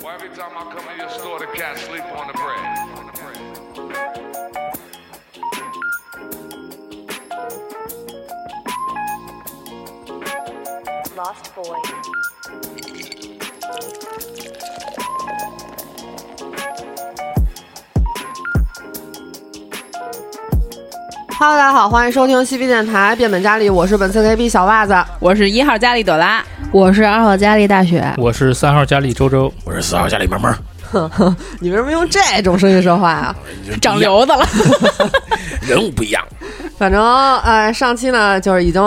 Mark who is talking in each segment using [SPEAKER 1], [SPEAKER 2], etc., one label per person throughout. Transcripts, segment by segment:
[SPEAKER 1] Why every time I come to your store, the cat sleep on the bread?
[SPEAKER 2] Lost Boy.
[SPEAKER 3] Hello，大家好，欢迎收听西皮电台变本加厉，我是本次 KB 小袜子。
[SPEAKER 4] 我是一号佳丽朵拉，
[SPEAKER 5] 我是二号佳丽大雪，
[SPEAKER 6] 我是三号佳丽周周，
[SPEAKER 7] 我是四号家里 慢慢，
[SPEAKER 3] 你为什么用这种声音说话啊？
[SPEAKER 4] 长瘤子了。
[SPEAKER 7] 人物不一样。
[SPEAKER 3] 反正呃，上期呢就是已经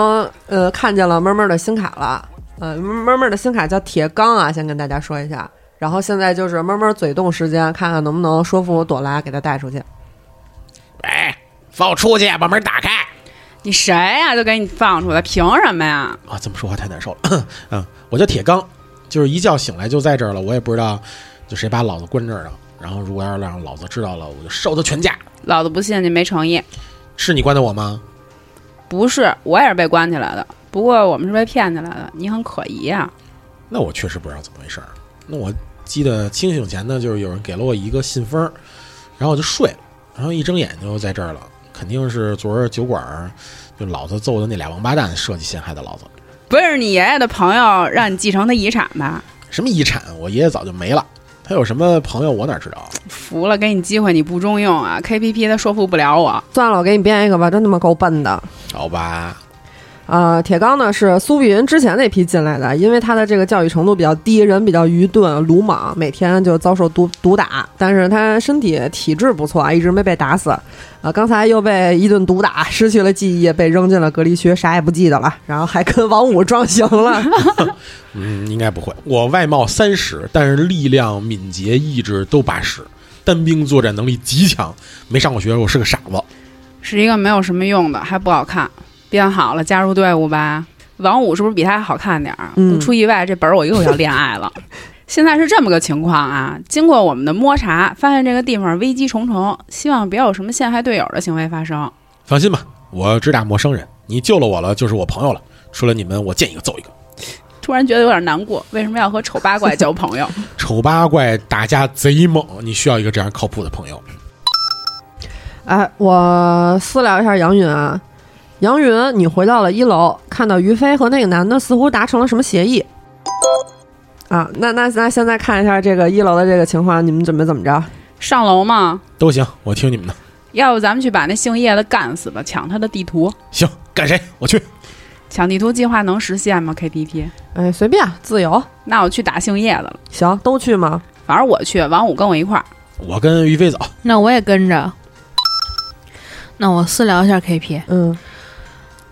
[SPEAKER 3] 呃看见了闷闷的新卡了，呃，闷闷的新卡叫铁钢啊，先跟大家说一下。然后现在就是闷闷嘴动时间，看看能不能说服朵拉给他带出去。
[SPEAKER 7] 喂，哎放我出去，把门打开。
[SPEAKER 4] 你谁呀、就给你放出来，凭什么呀？
[SPEAKER 7] 啊，这么说话太难受了。 嗯，我叫铁刚，就是一觉醒来就在这儿了，我也不知道就谁把老子关这儿了。然后如果要是让老子知道了，我就烧他全家。
[SPEAKER 4] 老子不信你没诚意。
[SPEAKER 7] 是你关的我吗？
[SPEAKER 4] 不是，我也是被关起来的，不过我们是被骗起来的。你很可疑啊！
[SPEAKER 7] 那我确实不知道怎么回事儿。那我记得清醒前呢，就是有人给了我一个信封儿，然后我就睡了，然后一睁眼就在这儿了。肯定是昨儿酒馆儿就老子揍的那俩王八蛋设计陷害的老子。
[SPEAKER 4] 不是你爷爷的朋友让你继承他遗产吧？
[SPEAKER 7] 什么遗产？我爷爷早就没了。他有什么朋友，我哪知道啊？
[SPEAKER 4] 服了，给你机会你不中用啊！KPP 他说服不了我。
[SPEAKER 3] 算了，我给你编一个吧，真他妈够笨的。
[SPEAKER 7] 好吧，
[SPEAKER 3] 呃，铁刚呢是苏碧云之前那批进来的，因为他的这个教育程度比较低，人比较愚钝、鲁莽，每天就遭受毒毒打。但是他身体体质不错啊，一直没被打死。啊、刚才又被一顿毒打，失去了记忆，被扔进了隔离区，啥也不记得了。然后还跟王五撞型了。
[SPEAKER 7] 嗯，应该不会。我外貌三十，但是力量、敏捷、意志都八十，单兵作战能力极强。没上过学，我是个傻子。
[SPEAKER 4] 是一个没有什么用的，还不好看。编好了，加入队伍吧。王五是不是比他还好看点儿？
[SPEAKER 3] 嗯
[SPEAKER 4] 不出意外，这本儿我又要恋爱了。现在是这么个情况啊，经过我们的摸查，发现这个地方危机重重，希望别有什么陷害队友的行为发生。
[SPEAKER 7] 放心吧，我只打陌生人。你救了我了，就是我朋友了。除了你们，我见一个揍一个。
[SPEAKER 4] 突然觉得有点难过，为什么要和丑八怪交朋友？
[SPEAKER 7] 丑八怪打架贼猛，你需要一个这样靠谱的朋友。
[SPEAKER 3] 哎，我私聊一下杨云啊，杨云，你回到了一楼，看到于飞和那个男的似乎达成了什么协议。啊，那那那现在看一下这个一楼的这个情况，你们准备怎么着？
[SPEAKER 4] 上楼吗？
[SPEAKER 7] 都行，我听你们的。
[SPEAKER 4] 要不咱们去把那姓叶的干死吧，抢他的地图。
[SPEAKER 7] 行，干谁？我去。
[SPEAKER 4] 抢地图计划能实现吗？KPP？
[SPEAKER 3] 哎，随便，自由，
[SPEAKER 4] 那我去打姓叶的了，
[SPEAKER 3] 行，都去吗？
[SPEAKER 4] 反正我去，王五跟我一块儿。
[SPEAKER 7] 我跟于飞走。
[SPEAKER 5] 那我也跟着。那我私聊一下 KP，
[SPEAKER 3] 嗯，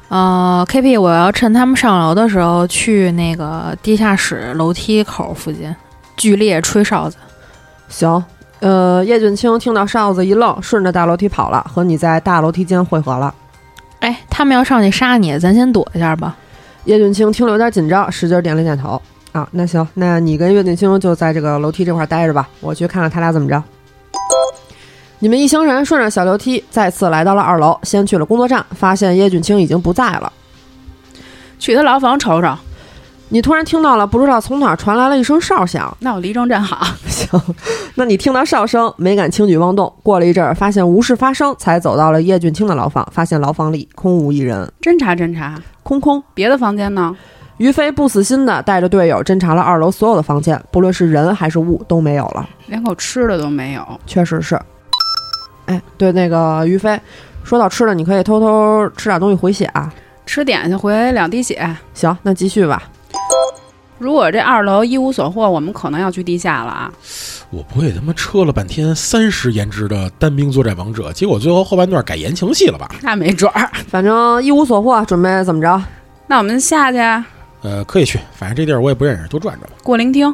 [SPEAKER 5] 呃，KP，我要趁他们上楼的时候去那个地下室楼梯口附近剧烈吹哨子。
[SPEAKER 3] 行。呃，叶俊清听到哨子一愣，顺着大楼梯跑了，和你在大楼梯间汇合了。
[SPEAKER 5] 哎，他们要上去杀你，咱先躲一下吧。
[SPEAKER 3] 叶俊清听了有点紧张，使劲点了点头。啊，那行，那你跟岳俊清就在这个楼梯这块儿待着吧，我去看看他俩怎么着。你们一行人顺着小楼梯再次来到了二楼，先去了工作站，发现叶俊清已经不在了。
[SPEAKER 4] 去他牢房瞅瞅。
[SPEAKER 3] 你突然听到了不知道从哪儿传来了一声哨响，
[SPEAKER 4] 那我离正站好。
[SPEAKER 3] 行，那你听到哨声，没敢轻举妄动。过了一阵儿，发现无事发生，才走到了叶俊清的牢房，发现牢房里空无一人，
[SPEAKER 4] 侦查侦查，
[SPEAKER 3] 空空。
[SPEAKER 4] 别的房间呢？
[SPEAKER 3] 于飞不死心的带着队友侦查了二楼所有的房间，不论是人还是物都没有了。
[SPEAKER 4] 连口吃的都没有。
[SPEAKER 3] 确实是。哎，对，那个于飞，说到吃的，你可以偷偷吃点东西回血啊。
[SPEAKER 4] 吃点心回两滴血。
[SPEAKER 3] 行，那继续吧。
[SPEAKER 4] 如果这二楼一无所获，我们可能要去地下了啊！
[SPEAKER 7] 我不会他妈车了半天三十颜值的单兵作战王者，结果最后后半段改言情戏了吧？
[SPEAKER 4] 那没准儿。
[SPEAKER 3] 反正一无所获，准备怎么着？
[SPEAKER 4] 那我们下去
[SPEAKER 7] 呃，可以去，反正这地儿我也不认识，多转转吧。
[SPEAKER 4] 过聆听。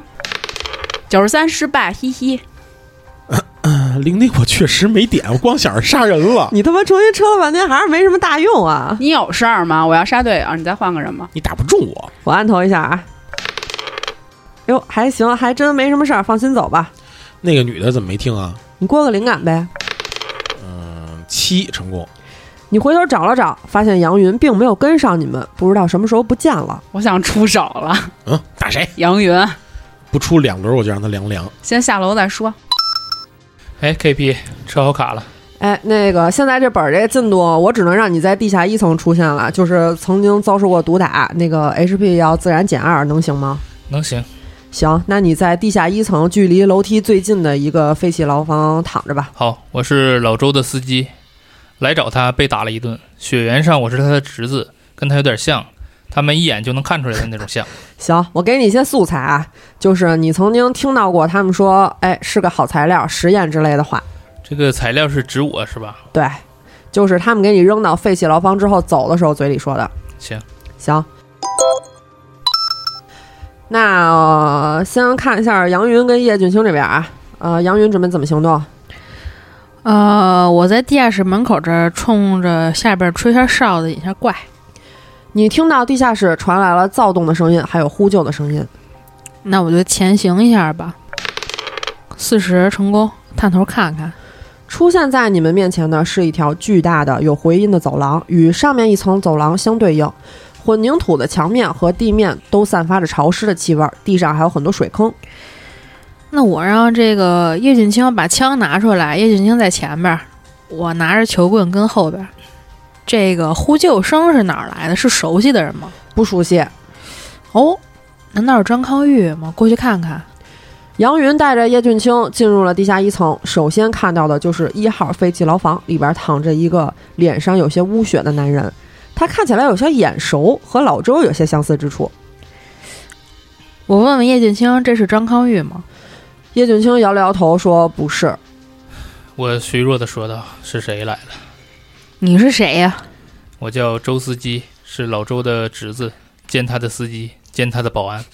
[SPEAKER 4] 九十三失败，嘿嘿。
[SPEAKER 7] 呃零零我确实没点，我光想着杀人了。
[SPEAKER 3] 你他妈重新吃了半天，还是没什么大用啊！
[SPEAKER 4] 你有事儿吗？我要杀队友，啊你再换个人吧。
[SPEAKER 7] 你打不中我，
[SPEAKER 3] 我按头一下啊。哟，还行，还真没什么事儿，放心走吧。
[SPEAKER 7] 那个女的怎么没听啊？
[SPEAKER 3] 你过个灵感呗。
[SPEAKER 7] 嗯七成功，
[SPEAKER 3] 你回头找了找，发现杨云并没有跟上你们，不知道什么时候不见了。
[SPEAKER 4] 我想出手了，
[SPEAKER 7] 嗯，打谁？
[SPEAKER 4] 杨云。
[SPEAKER 7] 不出两轮我就让他凉凉。
[SPEAKER 4] 先下楼再说。
[SPEAKER 6] 哎，KP 车好卡了，
[SPEAKER 3] 哎，那个现在这本儿这进度，我只能让你在地下一层出现了，就是曾经遭受过毒打，那个 HP 要自然减二，能行吗？
[SPEAKER 6] 能行。
[SPEAKER 3] 行，那你在地下一层，距离楼梯最近的一个废弃牢房躺着吧。
[SPEAKER 6] 好，我是老周的司机，来找他被打了一顿。血缘上我是他的侄子，跟他有点像，他们一眼就能看出来的那种像。
[SPEAKER 3] 行，我给你一些素材啊，就是你曾经听到过他们说，哎，是个好材料，实验之类的话。
[SPEAKER 6] 这个材料是指我是吧？
[SPEAKER 3] 对，就是他们给你扔到废弃牢房之后走的时候嘴里说的。
[SPEAKER 6] 行，
[SPEAKER 3] 行。那、呃先看一下杨云跟叶俊卿这边啊，呃，杨云准备怎么行动？
[SPEAKER 5] 呃，我在地下室门口这儿冲着下边吹下哨子引下怪，
[SPEAKER 3] 你听到地下室传来了躁动的声音，还有呼救的声音。
[SPEAKER 5] 那我就前行一下吧。四十成功，探头看看，
[SPEAKER 3] 出现在你们面前的是一条巨大的有回音的走廊，与上面一层走廊相对应。混凝土的墙面和地面都散发着潮湿的气味儿，地上还有很多水坑。
[SPEAKER 5] 那我让这个叶俊卿把枪拿出来，叶俊卿在前边儿，我拿着球棍跟后边儿。这个呼救声是哪儿来的？是熟悉的人吗？
[SPEAKER 3] 不熟悉，
[SPEAKER 5] 哦，难道是张康玉吗？过去看看。
[SPEAKER 3] 杨云带着叶俊卿进入了地下一层，首先看到的就是一号废弃牢房，里边躺着一个脸上有些污血的男人，他看起来有些眼熟，和老周有些相似之处。
[SPEAKER 5] 我问问叶俊卿，这是张康玉吗？
[SPEAKER 3] 叶俊卿摇了摇头说：“不是，
[SPEAKER 6] 我虚弱的说道：“是谁来了？
[SPEAKER 5] 你是谁呀、
[SPEAKER 6] 我叫周司机，是老周的侄子，兼他的司机，兼他的保安。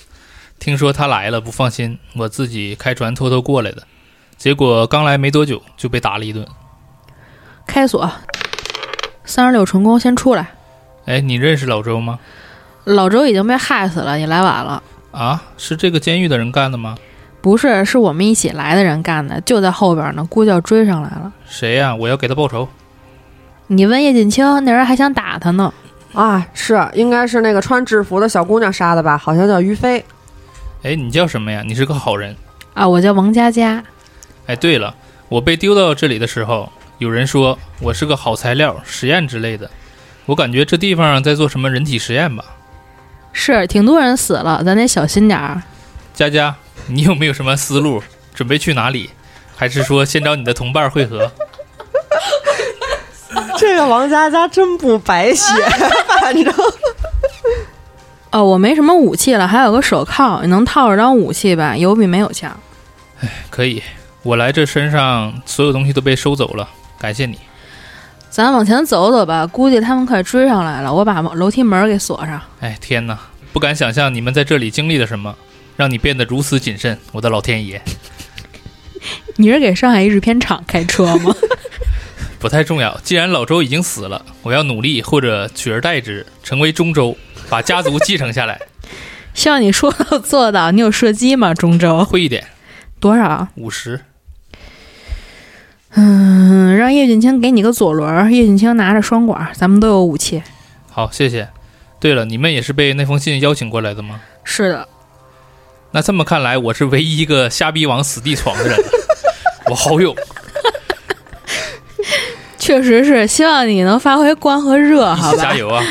[SPEAKER 6] 听说他来了，不放心，我自己开船偷偷过来的。结果刚来没多久就被打了一顿。
[SPEAKER 5] 开锁，三十六成功，先出来。
[SPEAKER 6] 哎，你认识老周吗？
[SPEAKER 5] 老周已经被害死了，你来晚了。
[SPEAKER 6] 啊，是这个监狱的人干的吗？
[SPEAKER 5] 不是，是我们一起来的人干的，就在后边呢，估计要追上来了。
[SPEAKER 6] 谁呀、我要给他报仇。
[SPEAKER 5] 你问叶锦清，那人还想打他呢。
[SPEAKER 3] 啊，是应该是那个穿制服的小姑娘杀的吧？好像叫于飞。
[SPEAKER 6] 哎，你叫什么呀？你是个好人。
[SPEAKER 5] 啊，我叫王佳佳，
[SPEAKER 6] 哎，对了，我被丢到这里的时候，有人说我是个好材料、实验之类的。我感觉这地方在做什么人体实验吧。
[SPEAKER 5] 是挺多人死了，咱得小心点儿。
[SPEAKER 6] 佳佳，你有没有什么思路？准备去哪里？还是说先找你的同伴会合？
[SPEAKER 3] 这个王佳佳真不白 学，反正
[SPEAKER 5] 哦，我没什么武器了，还有个手铐，你能套着当武器吧？有比没有强。
[SPEAKER 6] 可以，我来这身上所有东西都被收走了，感谢你。
[SPEAKER 5] 咱往前走走吧，估计他们快追上来了。我把楼梯门给锁上。
[SPEAKER 6] 哎，天哪，不敢想象你们在这里经历了什么，让你变得如此谨慎，我的老天爷！
[SPEAKER 5] 你是给上海译制片厂开车 吗？
[SPEAKER 6] 不太重要，既然老周已经死了，我要努力或者取而代之，成为中州，把家族继承下 来。
[SPEAKER 5] 希望你说到做到。你有射击吗？中州
[SPEAKER 6] 会一点，
[SPEAKER 5] 多少？
[SPEAKER 6] 五十。
[SPEAKER 5] 嗯，让叶俊卿给你个左轮儿。叶俊卿拿着双管儿，咱们都有武器。
[SPEAKER 6] 好，谢谢。对了，你们也是被那封信邀请过来的吗？
[SPEAKER 5] 是的，
[SPEAKER 6] 那这么看来，我是唯一一个瞎逼往死地闯 的人了。我好勇，
[SPEAKER 5] 确实是。希望你能发挥光和 热，
[SPEAKER 6] 一
[SPEAKER 5] 好
[SPEAKER 6] 起
[SPEAKER 5] 吧
[SPEAKER 6] 加？油啊！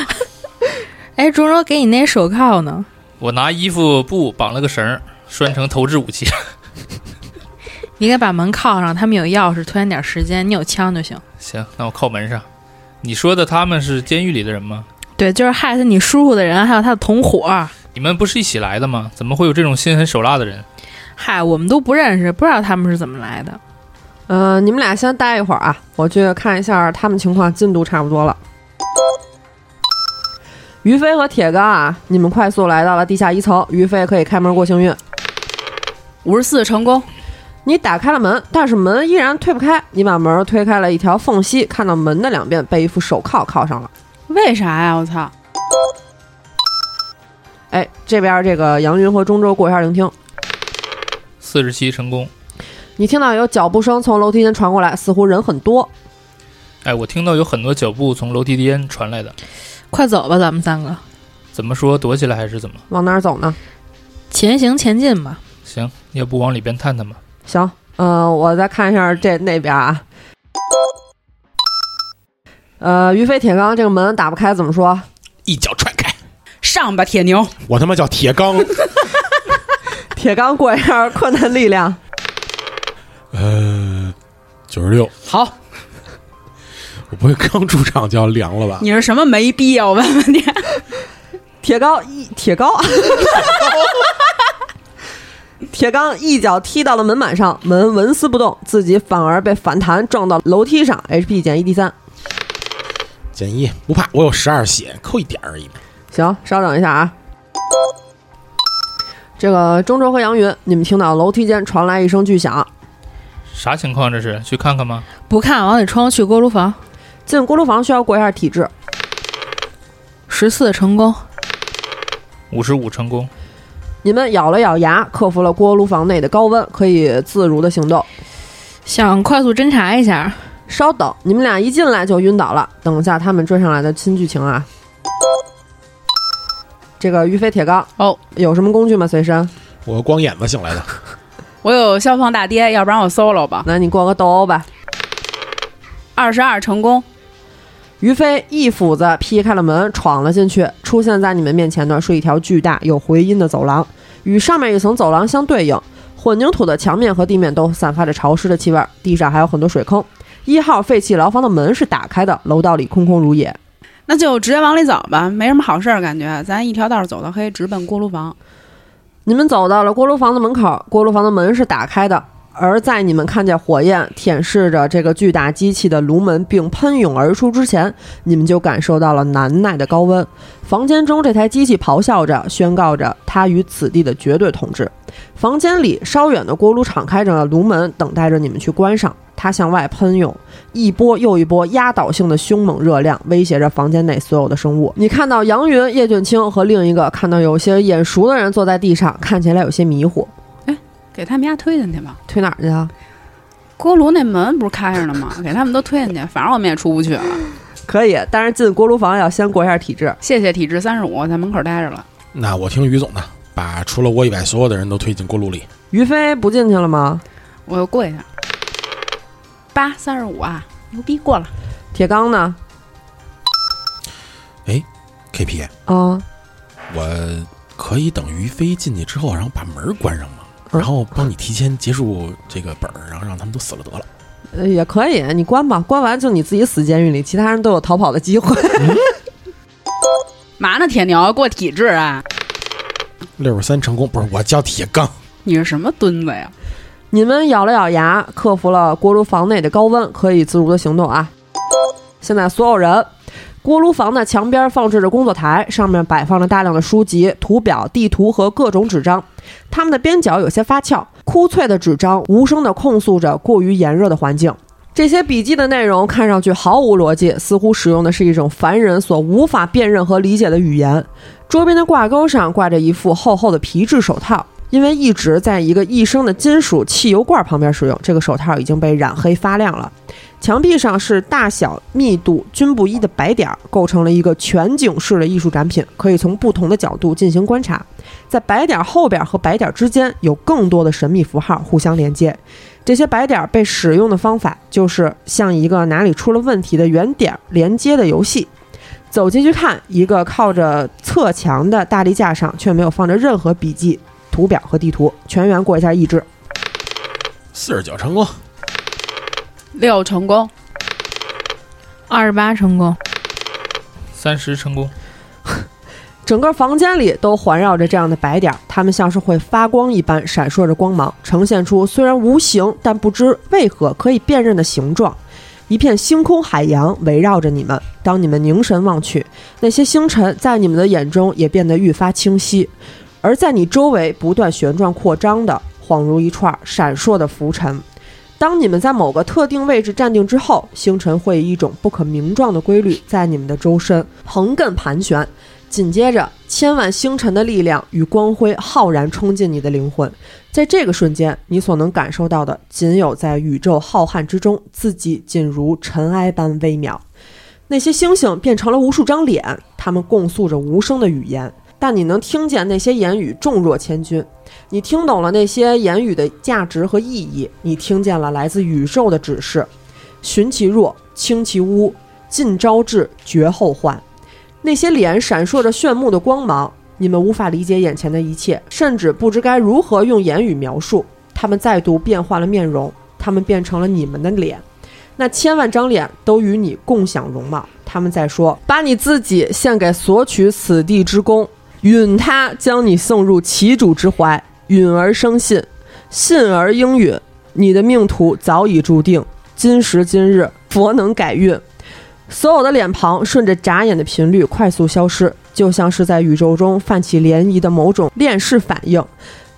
[SPEAKER 5] 哎，中州给你那手铐呢？
[SPEAKER 6] 我拿衣服布绑了个绳儿，拴成投掷武器。
[SPEAKER 5] 你给把门铐上，他们有钥匙，拖延点时间。你有枪就行。
[SPEAKER 6] 行，那我靠门上。你说的他们是监狱里的人吗？
[SPEAKER 5] 对，就是害死你叔叔的人，还有他的同伙。
[SPEAKER 6] 你们不是一起来的吗？怎么会有这种心狠手辣的人？
[SPEAKER 5] 嗨，我们都不认识，不知道他们是怎么来的。
[SPEAKER 3] 嗯、你们俩先待一会儿啊，我去看一下他们情况，进度差不多了。于飞和铁刚啊，你们快速来到了地下一层，于飞可以开门过幸运。
[SPEAKER 4] 五十四成功，
[SPEAKER 3] 你打开了门，但是门依然推不开。你把门推开了一条缝隙，看到门的两边被一副手铐铐上了。
[SPEAKER 4] 为啥呀？我操！
[SPEAKER 3] 哎，这边这个杨云和中州过一下聆听，
[SPEAKER 6] 四十七成功。
[SPEAKER 3] 你听到有脚步声从楼梯间传过来，似乎人很多。
[SPEAKER 6] 哎，我听到有很多脚步从楼梯间传来的。
[SPEAKER 5] 快走吧，咱们三个
[SPEAKER 6] 怎么说？躲起来还是怎么？
[SPEAKER 3] 往哪儿走呢？
[SPEAKER 5] 前行前进吧。
[SPEAKER 6] 行，要不往里边探探吧。
[SPEAKER 3] 行，嗯、我再看一下这那边啊。呃，于飞铁钢这个门打不开，怎么说？
[SPEAKER 7] 一脚踹开，
[SPEAKER 4] 上吧，铁牛！
[SPEAKER 7] 我他妈叫铁刚，
[SPEAKER 3] 铁钢过一下困难力量，
[SPEAKER 7] 呃，九十六，
[SPEAKER 4] 好，
[SPEAKER 7] 我不会刚出场就要凉了吧？
[SPEAKER 4] 你是什么没逼啊？我问问你。
[SPEAKER 3] 铁钢 一铁高，铁钢一脚踢到了门板上，门纹丝不动，自己反而被反弹撞到楼梯上，HP 减一 D 三。
[SPEAKER 7] 减一，不怕，我有十二血，扣一点而已嘛。
[SPEAKER 3] 行，稍等一下啊。这个中州和杨云，你们听到楼梯间传来一声巨响，
[SPEAKER 6] 啥情况这是？去看看吗？
[SPEAKER 5] 不看，往里冲，去锅炉房。
[SPEAKER 3] 进锅炉房需要过一下体质。
[SPEAKER 5] 十四成功，
[SPEAKER 6] 五十五成功，
[SPEAKER 3] 你们咬了咬牙，克服了锅炉房内的高温，可以自如的行动。
[SPEAKER 5] 想快速侦查一下。
[SPEAKER 3] 稍等，你们俩一进来就晕倒了。等一下他们追上来的新剧情啊！这个于飞铁钢
[SPEAKER 4] 哦，
[SPEAKER 3] 有什么工具吗？随身？
[SPEAKER 7] 我光眼子醒来的，
[SPEAKER 4] 我有消防大爹，要不然我 solo 吧。
[SPEAKER 3] 那你过个斗殴吧。
[SPEAKER 4] 二十二成功，
[SPEAKER 3] 于飞一斧子劈开了门，闯了进去。出现在你们面前的是一条巨大有回音的走廊，与上面一层走廊相对应。混凝土的墙面和地面都散发着潮湿的气味儿，地上还有很多水坑。一号废弃牢房的门是打开的，楼道里空空如也。
[SPEAKER 4] 那就直接往里走吧，没什么好事儿，感觉咱一条道儿走到黑，直奔锅炉房。
[SPEAKER 3] 你们走到了锅炉房的门口，锅炉房的门是打开的，而在你们看见火焰舔舐着这个巨大机器的炉门并喷涌而出之前，你们就感受到了难耐的高温。房间中这台机器咆哮着，宣告着它与此地的绝对统治。房间里稍远的锅炉敞开着炉门，等待着你们去关上。它向外喷涌，一波又一波压倒性的凶猛热量威胁着房间内所有的生物。你看到杨云、叶俊卿和另一个看到有些眼熟的人坐在地上，看起来有些迷糊。
[SPEAKER 4] 给他们家推进去吧。
[SPEAKER 3] 推哪儿去啊？
[SPEAKER 4] 锅炉那门不是开着呢吗？给他们都推进去，反正我们也出不去了。
[SPEAKER 3] 可以，但是进锅炉房要先过一下体质。
[SPEAKER 4] 谢谢体质三十五，在门口待着了。
[SPEAKER 7] 那我听于总的，把除了我以外所有的人都推进锅炉里。
[SPEAKER 3] 于飞不进去了吗？
[SPEAKER 4] 我又跪下，八三十五啊，牛逼过了。
[SPEAKER 3] 铁刚呢？
[SPEAKER 7] KP，
[SPEAKER 3] 啊，
[SPEAKER 7] 我可以等于飞进去之后，然后把门关上吗？
[SPEAKER 3] 嗯
[SPEAKER 7] 然后帮你提前结束这个本儿，然后让他们都死了得了。
[SPEAKER 3] 呃也可以，你关吧，关完就你自己死监狱里，其他人都有逃跑的机会。
[SPEAKER 4] 嘛呢，铁牛过体质啊？
[SPEAKER 7] 六十三成功，不是我叫铁刚，
[SPEAKER 4] 你是什么墩子呀？
[SPEAKER 3] 你们咬了咬牙，克服了锅炉房内的高温，可以自如的行动啊！现在所有人，锅炉房的墙边放置着工作台，上面摆放着大量的书籍、图表、地图和各种纸张，它们的边角有些发翘，枯脆的纸张无声地控诉着过于炎热的环境。这些笔记的内容看上去毫无逻辑，似乎使用的是一种凡人所无法辨认和理解的语言。桌边的挂钩上挂着一副厚厚的皮质手套，因为一直在一个一升的金属汽油罐旁边使用，这个手套已经被染黑发亮了。墙壁上是大小、密度均不一的白点儿，构成了一个全景式的艺术展品，可以从不同的角度进行观察。在白点儿后边和白点儿之间有更多的神秘符号互相连接。这些白点儿被使用的方法就是像一个哪里出了问题的圆点儿连接的游戏。走进去看，一个靠着侧墙的大立架上却没有放着任何笔记、图表和地图。全员过一下意志。
[SPEAKER 7] 四十九成功，
[SPEAKER 4] 六成功，
[SPEAKER 5] 二十八成功，
[SPEAKER 6] 三十成功，
[SPEAKER 3] 整个房间里都环绕着这样的白点儿，它们像是会发光一般闪烁着光芒，呈现出虽然无形，但不知为何可以辨认的形状。一片星空海洋围绕着你们，当你们凝神望去，那些星辰在你们的眼中也变得愈发清晰，而在你周围不断旋转扩张的，恍如一串闪烁的浮尘。当你们在某个特定位置站定之后，星辰会以一种不可名状的规律在你们的周身横亘盘旋，紧接着，千万星辰的力量与光辉浩然冲进你的灵魂，在这个瞬间，你所能感受到的，仅有在宇宙浩瀚之中，自己仅如尘埃般微渺。那些星星变成了无数张脸，它们共诉着无声的语言，但你能听见那些言语重若千钧。你听懂了那些言语的价值和意义，你听见了来自宇宙的指示：寻其弱，轻其污，近招致，绝后患。那些脸闪烁着炫目的光芒，你们无法理解眼前的一切，甚至不知该如何用言语描述。他们再度变换了面容，他们变成了你们的脸。那千万张脸都与你共享容貌。他们在说：“把你自己献给索取此地之功，允他将你送入其主之怀，允而生信，信而应允。你的命途早已注定，今时今日，佛能改运。”所有的脸庞顺着眨眼的频率快速消失，就像是在宇宙中泛起涟漪的某种链式反应。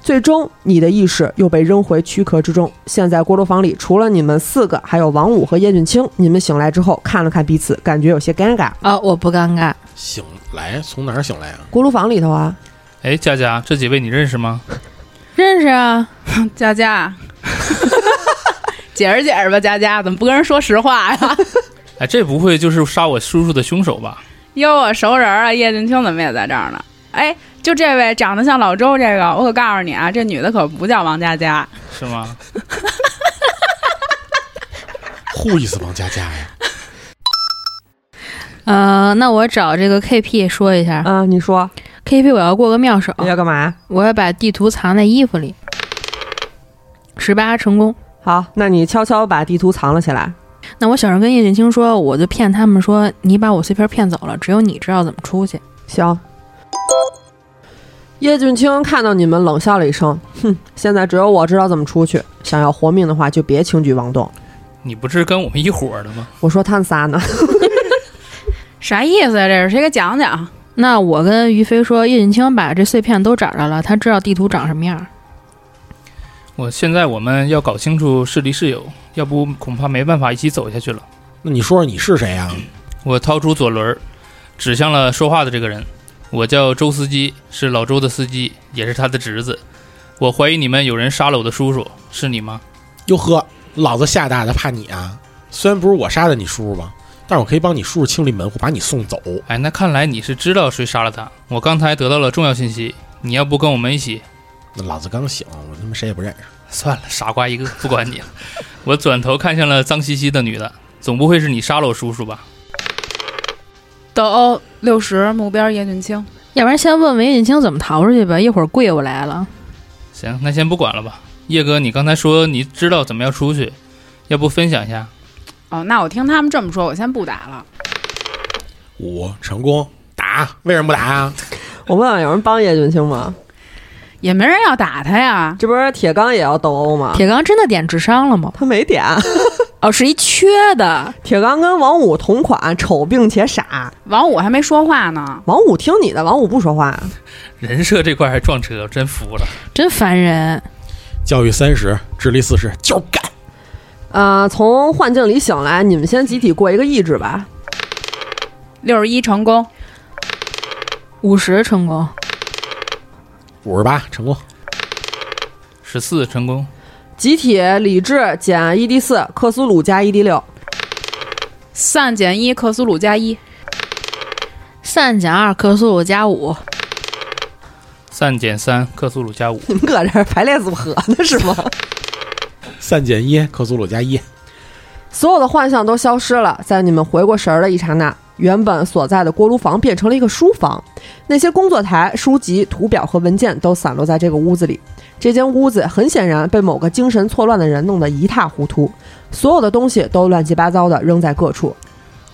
[SPEAKER 3] 最终，你的意识又被扔回躯壳之中。现在锅炉房里除了你们四个，还有王五和叶俊清。你们醒来之后，看了看彼此，感觉有些尴尬。
[SPEAKER 5] 啊，我不尴尬，
[SPEAKER 7] 醒来从哪儿醒来啊？
[SPEAKER 3] 锅炉房里头啊，
[SPEAKER 6] 哎，佳佳，这几位你认识吗？
[SPEAKER 5] 认识啊，
[SPEAKER 4] 佳啊 佳，解释解释吧，佳佳，怎么不跟人说实话呀？
[SPEAKER 6] 哎，这不会就是杀我叔叔的凶手吧？
[SPEAKER 4] 哟，我熟人啊，叶振清怎么也在这儿呢？哎，就这位长得像老周这个，我可告诉你啊，这女的可不叫王佳佳，
[SPEAKER 6] 是吗？
[SPEAKER 7] 护意思王佳佳呀，
[SPEAKER 5] 呃，那我找这个 KP 说一下、
[SPEAKER 3] 啊，你说
[SPEAKER 5] k p 我要过个妙手，
[SPEAKER 3] 嗯
[SPEAKER 4] 哎
[SPEAKER 3] 你要干嘛？
[SPEAKER 5] 我要把地图藏在衣服里，十八成功。
[SPEAKER 3] 好，啊那你悄悄把地图藏了起来。
[SPEAKER 5] 那我小时候跟叶俊清说，我就骗他们说你把我碎片骗走了，只有你知道怎么出去。
[SPEAKER 3] 行。叶俊清看到你们，冷笑了一声：“哼，现在只有我知道怎么出去。想要活命的话，就别轻举妄动。
[SPEAKER 6] 你不是跟我们一伙儿的吗？”
[SPEAKER 3] 我说：“他们 仨呢？
[SPEAKER 4] 啥意思呀、这是谁给讲讲？
[SPEAKER 5] 那我跟于飞说，叶俊清把这碎片都找着了，他知道地图长什么样。
[SPEAKER 6] 我现在我们要搞清楚是敌是友，要不恐怕没办法一起走下去了。
[SPEAKER 7] 那你说说你是谁呀、啊
[SPEAKER 6] 我掏出左轮儿，指向了说话的这个人。我叫周司机，是老周的司机，也是他的侄子。我怀疑你们有人杀了我的叔叔，是你吗？
[SPEAKER 7] 哟呵，老子吓大的怕你啊！虽然不是我杀的你叔叔吧，但是我可以帮你叔叔清理门户，把你送走。
[SPEAKER 6] 哎，那看来你是知道谁杀了他。我刚才得到了重要信息，你哎要不跟我们一起？
[SPEAKER 7] 那老子刚醒，我他妈谁也不认识。
[SPEAKER 6] 算了，傻瓜一个，不管你了。我转头看向了脏兮兮的女的，总不会是你杀了我叔叔吧？
[SPEAKER 4] 斗殴六十，目标叶俊清。
[SPEAKER 5] 要不然先问问叶俊清怎么逃出去吧，一会儿跪我来了。
[SPEAKER 6] 行，那先不管了吧。叶哥，你刚才说你知道怎么样出去，要不分享一下？
[SPEAKER 4] 哦，那我听他们这么说，我先不打了。
[SPEAKER 7] 五成功打，为什么不打啊？
[SPEAKER 3] 我问问有人帮叶俊清吗？
[SPEAKER 4] 也没人要打他呀，
[SPEAKER 3] 这不是铁刚也要斗殴吗？
[SPEAKER 5] 铁刚真的点智商了吗？
[SPEAKER 3] 他没点，
[SPEAKER 5] 啊
[SPEAKER 3] 啊
[SPEAKER 5] 哦，是一缺的。
[SPEAKER 3] 铁刚跟王五同款，丑并且傻。
[SPEAKER 4] 王五还没说话呢。
[SPEAKER 3] 王五听你的，王五不说话。
[SPEAKER 6] 人设这块还撞车，真服了。
[SPEAKER 5] 真烦人！
[SPEAKER 7] 教育三十，智力四十，就干。
[SPEAKER 3] 呃，从幻境里醒来，你们先集体过一个意志吧。
[SPEAKER 4] 六十一成功，
[SPEAKER 5] 五十成功，
[SPEAKER 7] 五十八成功，
[SPEAKER 6] 十四成功，
[SPEAKER 3] 集体理智减一 d 四，克苏鲁加一 d 六。
[SPEAKER 4] 散减一，克苏鲁加一，
[SPEAKER 5] 散减二，克苏鲁加五，
[SPEAKER 6] 散减三，克苏鲁加五，
[SPEAKER 3] 你们搁这儿排列组合呢是吗？
[SPEAKER 7] 三减一，克苏鲁加一。
[SPEAKER 3] 所有的幻象都消失了，在你们回过神儿的一刹那，原本所在的锅炉房变成了一个书房，那些工作台、书籍、图表和文件都散落在这个屋子里。这间屋子很显然被某个精神错乱的人弄得一塌糊涂，所有的东西都乱七八糟的扔在各处。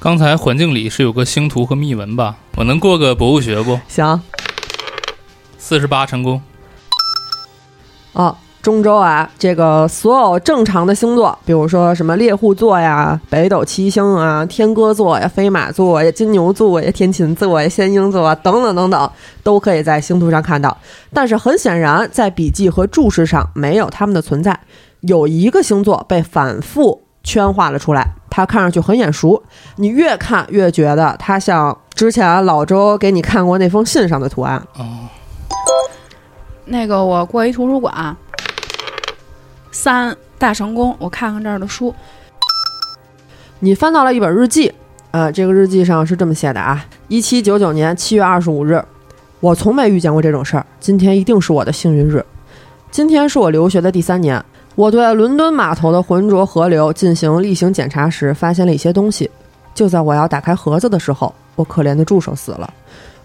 [SPEAKER 6] 刚才环境里是有个星图和密文吧？我能过个博物学不？
[SPEAKER 3] 行
[SPEAKER 6] 四十八成功，
[SPEAKER 3] 啊，中州啊，这个所有正常的星座，比如说什么猎户座呀、北斗七星啊、天鸽座呀、飞马座呀、金牛座呀、天琴座呀、仙鹰座啊等等等等，都可以在星图上看到。但是很显然，在笔记和注释上没有它们的存在。有一个星座被反复圈画了出来，它看上去很眼熟，你越看越觉得它像之前老周给你看过那封信上的图案。
[SPEAKER 6] 哦，
[SPEAKER 4] 那个我过一图书馆，三大成功，我看看这儿的书。
[SPEAKER 3] 你翻到了一本日记，呃，这个日记上是这么写的啊：一七九九年七月二十五日，我从没遇见过这种事儿，今天一定是我的幸运日。今天是我留学的第三年，我对伦敦码头的浑浊河流进行例行检查时，发现了一些东西。就在我要打开盒子的时候，我可怜的助手死了，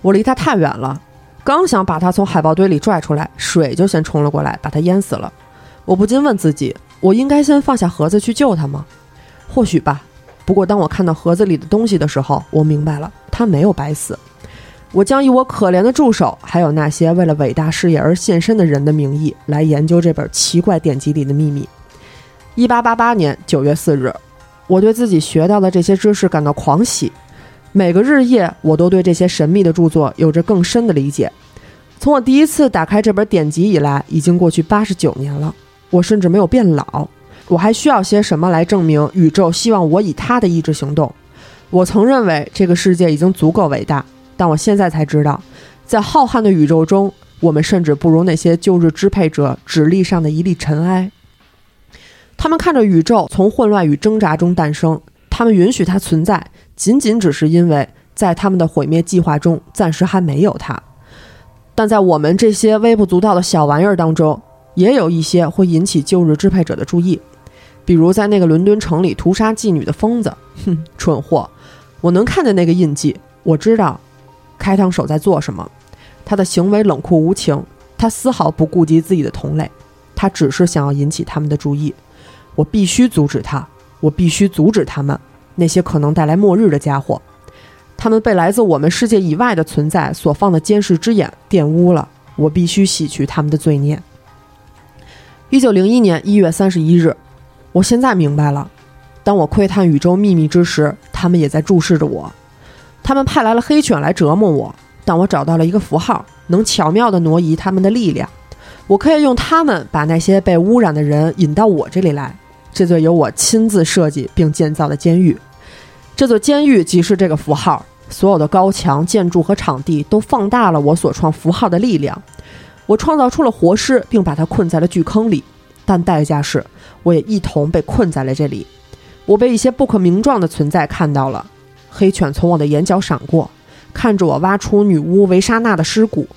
[SPEAKER 3] 我离他太远了，刚想把他从海豹堆里拽出来，水就先冲了过来，把他淹死了。我不禁问自己，我应该先放下盒子去救他吗？或许吧。不过当我看到盒子里的东西的时候，我明白了，他没有白死。我将以我可怜的助手，还有那些为了伟大事业而献身的人的名义，来研究这本奇怪典籍里的秘密。一八八八年九月四日，我对自己学到的这些知识感到狂喜。每个日夜，我都对这些神秘的著作有着更深的理解。从我第一次打开这本典籍以来，已经过去八十九年了。我甚至没有变老。我还需要些什么来证明宇宙希望我以他的意志行动？我曾认为这个世界已经足够伟大，但我现在才知道，在浩瀚的宇宙中，我们甚至不如那些旧日支配者指粒上的一粒尘埃。他们看着宇宙从混乱与挣扎中诞生，他们允许它存在，仅仅只是因为在他们的毁灭计划中暂时还没有它。但在我们这些微不足道的小玩意儿当中，也有一些会引起旧日支配者的注意，比如在那个伦敦城里屠杀妓女的疯子，哼，蠢货！我能看见那个印记，我知道开膛手在做什么。他的行为冷酷无情，他丝毫不顾及自己的同类，他只是想要引起他们的注意。我必须阻止他，我必须阻止他们那些可能带来末日的家伙。他们被来自我们世界以外的存在所放的监视之眼玷污了，我必须洗去他们的罪孽。一九零一年一月三十一日，我现在明白了，当我窥探宇宙秘密之时，他们也在注视着我。他们派来了黑犬来折磨我，但我找到了一个符号，能巧妙地挪移他们的力量。我可以用它们把那些被污染的人引到我这里来。这座由我亲自设计并建造的监狱，这座监狱即是这个符号。所有的高墙、建筑和场地都放大了我所创符号的力量。我创造出了活尸，并把它困在了巨坑里，但代价是，我也一同被困在了这里。我被一些不可名状的存在看到了，黑犬从我的眼角闪过，看着我挖出女巫维莎娜的尸骨。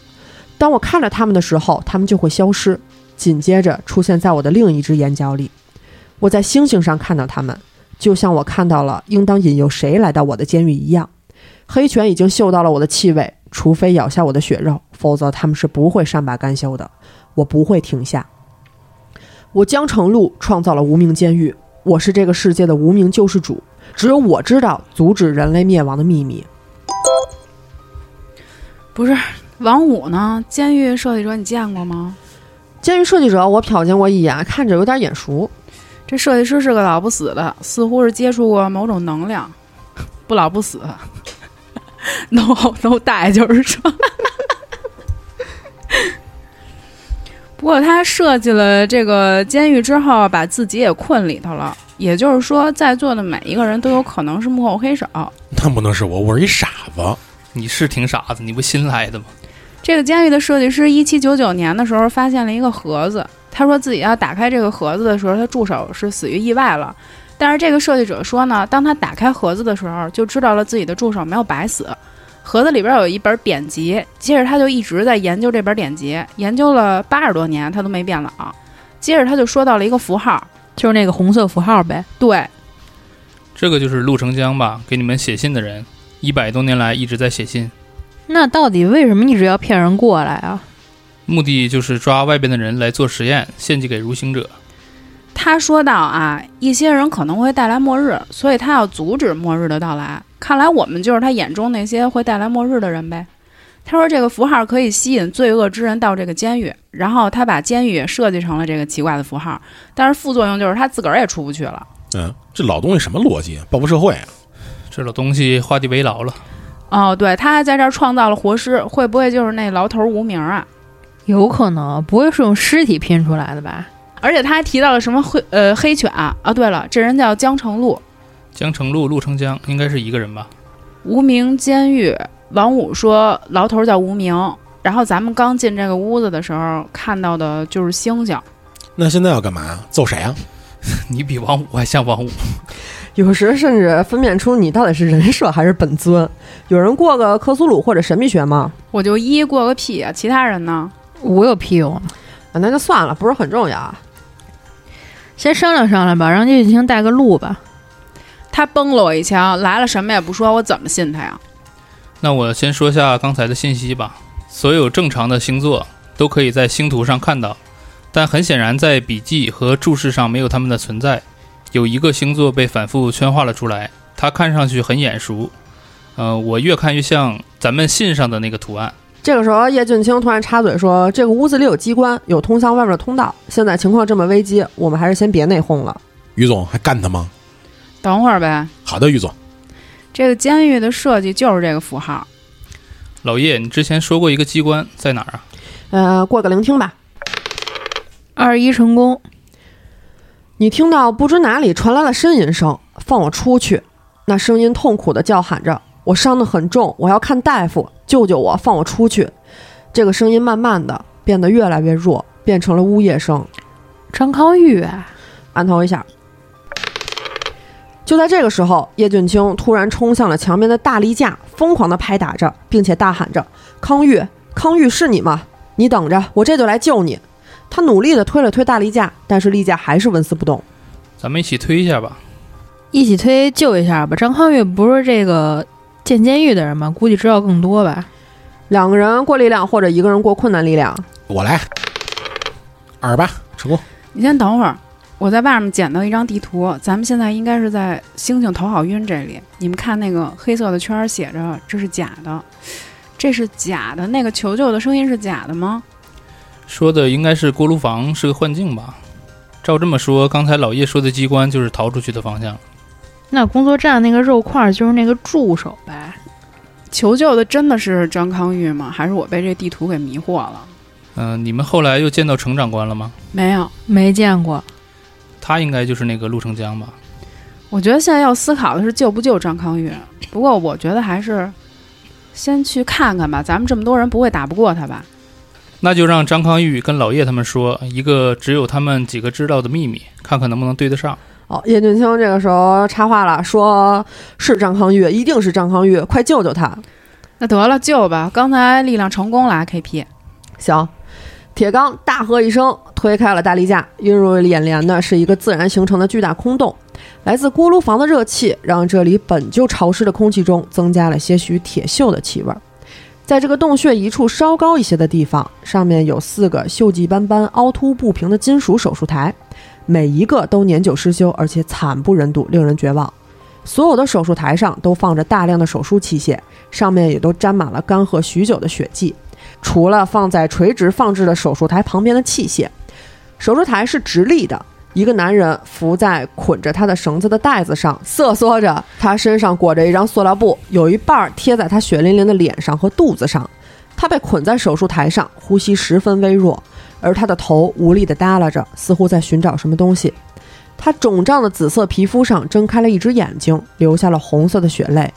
[SPEAKER 3] 当我看着它们的时候，它们就会消失，紧接着出现在我的另一只眼角里。我在星星上看到它们，就像我看到了应当引诱谁来到我的监狱一样。黑犬已经嗅到了我的气味，除非咬下我的血肉，否则它们是不会善罢甘休的。我不会停下。我江城路创造了无名监狱，我是这个世界的无名救世主，只有我知道阻止人类灭亡的秘密。
[SPEAKER 4] 不是王五呢？监狱设计者你见过吗？
[SPEAKER 3] 监狱设计者，我瞟见过一眼，看着有点眼熟。
[SPEAKER 4] 这设计师是个老不死的，似乎是接触过某种能量，不老不死。no 好 no 带就是说，不过他设计了这个监狱之后，把自己也困里头了。也就是说，在座的每一个人都有可能是幕后黑手。
[SPEAKER 7] 那不能是我，我是一傻子。
[SPEAKER 6] 你是挺傻子，你不新来的吗？
[SPEAKER 4] 这个监狱的设计师一七九九年的时候发现了一个盒子，他说自己要打开这个盒子的时候，他助手是死于意外了。但是这个设计者说呢，当他打开盒子的时候，就知道了自己的助手没有白死。盒子里边有一本典籍，接着他就一直在研究这本典籍，研究了八十多年，他都没变老。啊接着他就说到了一个符号，
[SPEAKER 5] 就是那个红色符号呗。
[SPEAKER 4] 对，
[SPEAKER 6] 这个就是陆成江吧，给你们写信的人，一百多年来一直在写信，
[SPEAKER 5] 那到底为什么一直要骗人过来啊？
[SPEAKER 6] 目的就是抓外边的人来做实验，献祭给如行者。
[SPEAKER 4] 他说到啊，一些人可能会带来末日，所以他要阻止末日的到来。看来我们就是他眼中那些会带来末日的人呗。他说这个符号可以吸引罪恶之人到这个监狱，然后他把监狱也设计成了这个奇怪的符号，但是副作用就是他自个儿也出不去了。
[SPEAKER 7] 嗯，这老东西什么逻辑？报复社会啊！
[SPEAKER 6] 这老东西画地为牢了，
[SPEAKER 4] 哦，对，他还在这儿创造了活尸，会不会就是那牢头无名啊？
[SPEAKER 5] 有可能不会是用尸体拼出来的吧？
[SPEAKER 4] 而且他还提到了什么黑呃黑犬啊？啊对了，这人叫江成路，
[SPEAKER 6] 江城路陆成江应该是一个人吧？
[SPEAKER 4] 无名监狱，王五说牢头叫无名。然后咱们刚进这个屋子的时候看到的就是星星，
[SPEAKER 7] 那现在要干嘛？揍谁啊？
[SPEAKER 6] 你比王五还像王五，
[SPEAKER 3] 有时甚至分辨出你到底是人设还是本尊。有人过个克苏鲁或者神秘学吗？
[SPEAKER 4] 我就一过个屁啊！其他人呢？
[SPEAKER 5] 我有屁用啊！
[SPEAKER 3] 啊那就算了，不是很重要。啊
[SPEAKER 5] 先商量商量吧，让叶俊卿带个路吧。
[SPEAKER 4] 他崩了我一枪，来了什么也不说，我怎么信他呀？
[SPEAKER 6] 那我先说下刚才的信息吧。所有正常的星座都可以在星图上看到，但很显然在笔记和注释上没有它们的存在。有一个星座被反复圈画了出来，它看上去很眼熟，呃，我越看越像咱们信上的那个图案。
[SPEAKER 3] 这个时候，叶俊卿突然插嘴说：“这个屋子里有机关，有通向外面的通道。现在情况这么危机，我们还是先别内讧了。
[SPEAKER 7] 于总还干他吗？
[SPEAKER 4] 等会儿呗，
[SPEAKER 7] 好的，于总，
[SPEAKER 4] 这个监狱的设计就是这个符号。
[SPEAKER 6] 老叶，你之前说过一个机关在哪儿啊？”
[SPEAKER 3] 呃，过个聆听吧。
[SPEAKER 5] 二一成功，
[SPEAKER 3] 你听到不知哪里传来了呻吟声，放我出去！那声音痛苦地叫喊着：“我伤得很重，我要看大夫，救救我，放我出去！”这个声音慢慢的变得越来越弱，变成了呜咽声。
[SPEAKER 5] 张康玉啊，
[SPEAKER 3] 按头一下。就在这个时候，叶俊卿突然冲向了墙边的大力架，疯狂地拍打着，并且大喊着：“康玉，康玉是你吗？你等着，我这就来救你！”他努力地推了推大力架，但是力架还是纹丝不动。
[SPEAKER 6] 咱们一起推一下吧。
[SPEAKER 5] 一起推救一下吧。张康玉不是这个建监狱的人吗？估计知道更多吧。
[SPEAKER 3] 两个人过力量，或者一个人过困难力量。
[SPEAKER 7] 我来，二十八成功。
[SPEAKER 4] 你先等会儿，我在外面捡到一张地图，咱们现在应该是在星星头好晕这里。你们看那个黑色的圈儿写着这是假的，这是假的，那个求救的声音是假的吗？
[SPEAKER 6] 说的应该是锅炉房是个幻境吧？照这么说，刚才老叶说的机关就是逃出去的方向。
[SPEAKER 5] 那工作站那个肉块儿就是那个助手呗。
[SPEAKER 4] 求救的真的是张康玉吗？还是我被这地图给迷惑了？
[SPEAKER 6] 嗯、你们后来又见到程长官了吗？
[SPEAKER 4] 没有，
[SPEAKER 5] 没见过，
[SPEAKER 6] 他应该就是那个陆成江吧？
[SPEAKER 4] 我觉得现在要思考的是救不救张康玉。不过我觉得还是先去看看吧，咱们这么多人不会打不过他吧？
[SPEAKER 6] 那就让张康玉跟老叶他们说一个只有他们几个知道的秘密，看看能不能对得上。
[SPEAKER 3] 哦，叶俊卿这个时候插话了，说是张康玉，一定是张康玉，快救救他！
[SPEAKER 4] 那得了，救吧。刚才力量成功了，KP。啊
[SPEAKER 3] 行，铁刚大喝一声，推开了大力架，映入眼帘的是一个自然形成的巨大空洞。来自锅炉房的热气，让这里本就潮湿的空气中增加了些许铁锈的气味儿。在这个洞穴一处稍高一些的地方，上面有四个锈迹斑斑、凹凸不平的金属手术台，每一个都年久失修，而且惨不忍睹，令人绝望。所有的手术台上都放着大量的手术器械，上面也都沾满了干涸许久的血迹。除了放在垂直放置的手术台旁边的器械，手术台是直立的。一个男人伏在捆着他的绳子的带子上，瑟缩着，他身上裹着一张塑料布，有一半儿贴在他血淋淋的脸上和肚子上。他被捆在手术台上，呼吸十分微弱，而他的头无力地耷拉着，似乎在寻找什么东西。他肿胀的紫色皮肤上睁开了一只眼睛，留下了红色的血泪。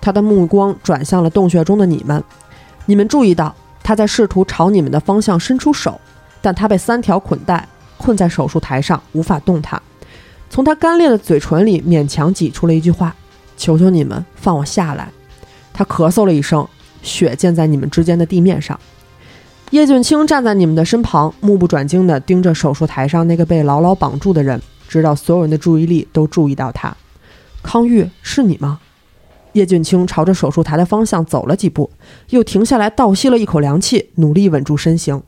[SPEAKER 3] 他的目光转向了洞穴中的你们，你们注意到他在试图朝你们的方向伸出手，但他被三条捆带困在手术台上，无法动弹。从他干裂的嘴唇里勉强挤出了一句话：“求求你们放我下来。”他咳嗽了一声，血溅在你们之间的地面上。叶俊卿站在你们的身旁，目不转睛地盯着手术台上那个被牢牢绑住的人，直到所有人的注意力都注意到他。康玉，是你吗？叶俊卿朝着手术台的方向走了几步，又停下来倒吸了一口凉气，努力稳住身形。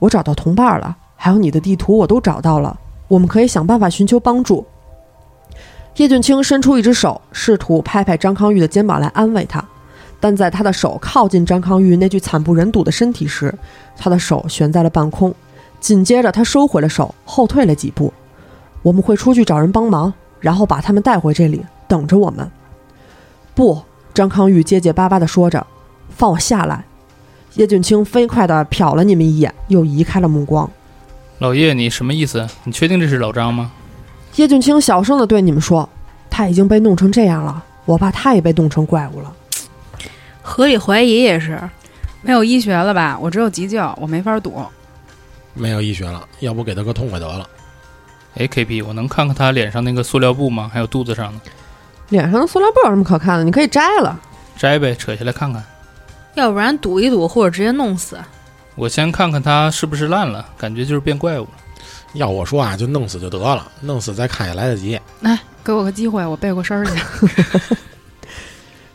[SPEAKER 3] 我找到同伴了，还有你的地图我都找到了，我们可以想办法寻求帮助。叶俊卿伸出一只手，试图拍拍张康玉的肩膀来安慰他，但在他的手靠近张康玉那具惨不忍睹的身体时，他的手悬在了半空。紧接着，他收回了手，后退了几步。我们会出去找人帮忙，然后把他们带回这里，等着我们。不，张康玉结结巴巴地说着：“放我下来！”叶俊卿飞快地瞟了你们一眼，又移开了目光。
[SPEAKER 6] 老叶，你什么意思？你确定这是老张吗？
[SPEAKER 3] 叶俊卿小声地对你们说：“他已经被弄成这样了，我怕他也被弄成怪物了。
[SPEAKER 5] 合理怀疑也是。
[SPEAKER 4] 没有医学了吧？我只有急救，我没法赌。
[SPEAKER 7] 没有医学了，要不给他个痛快得了。
[SPEAKER 6] 哎，KP，我能看看他脸上那个塑料布吗？还有肚子上的，
[SPEAKER 3] 脸上的塑料布有什么可看的？你可以摘了。
[SPEAKER 6] 摘呗，扯下来看看。
[SPEAKER 5] 要不然堵一堵，或者直接弄死。
[SPEAKER 6] 我先看看它是不是烂了，感觉就是变怪物了。
[SPEAKER 7] 要我说啊，就弄死就得了，弄死再看也来得及。
[SPEAKER 4] 给我个机会，我背过身儿去。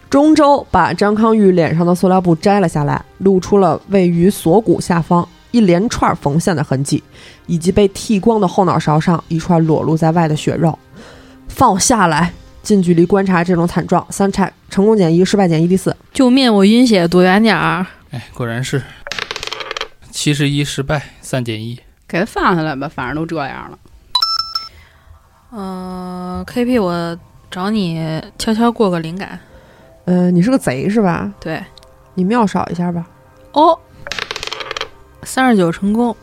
[SPEAKER 3] 中州把张康玉脸上的塑料布摘了下来，露出了位于锁骨下方一连串缝线的痕迹，以及被剃光的后脑勺上一串裸露在外的血肉。放我下来！近距离观察这种惨状，三拆成功减一，失败减一，第四。
[SPEAKER 5] 救命！我晕血，躲远点儿。
[SPEAKER 6] 哎，果然是七十一失败，三减一。
[SPEAKER 4] 给他放下来吧，反正都这样了。
[SPEAKER 5] 嗯、k p 我找你悄悄过个灵感。
[SPEAKER 3] 呃，你是个贼是吧？
[SPEAKER 5] 对，
[SPEAKER 3] 你妙少一下吧。
[SPEAKER 5] 哦，三十九成功。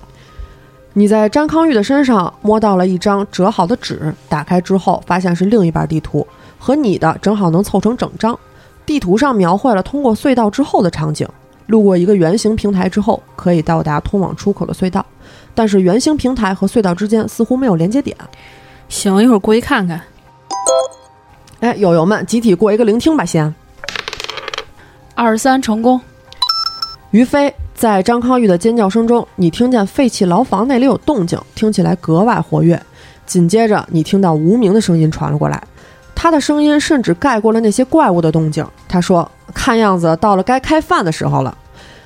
[SPEAKER 3] 你在张康玉的身上摸到了一张折好的纸，打开之后发现是另一半地图，和你的正好能凑成整张。地图上描绘了通过隧道之后的场景，路过一个圆形平台之后，可以到达通往出口的隧道，但是圆形平台和隧道之间似乎没有连接点。
[SPEAKER 5] 行，一会儿过去看看。
[SPEAKER 3] 哎，友友们，集体过一个聆听吧，先。
[SPEAKER 4] 二十三成功，
[SPEAKER 3] 于飞在张康玉的尖叫声中，你听见废弃牢房那里有动静，听起来格外活跃。紧接着，你听到无名的声音传了过来，他的声音甚至盖过了那些怪物的动静。他说：“看样子到了该开饭的时候了。”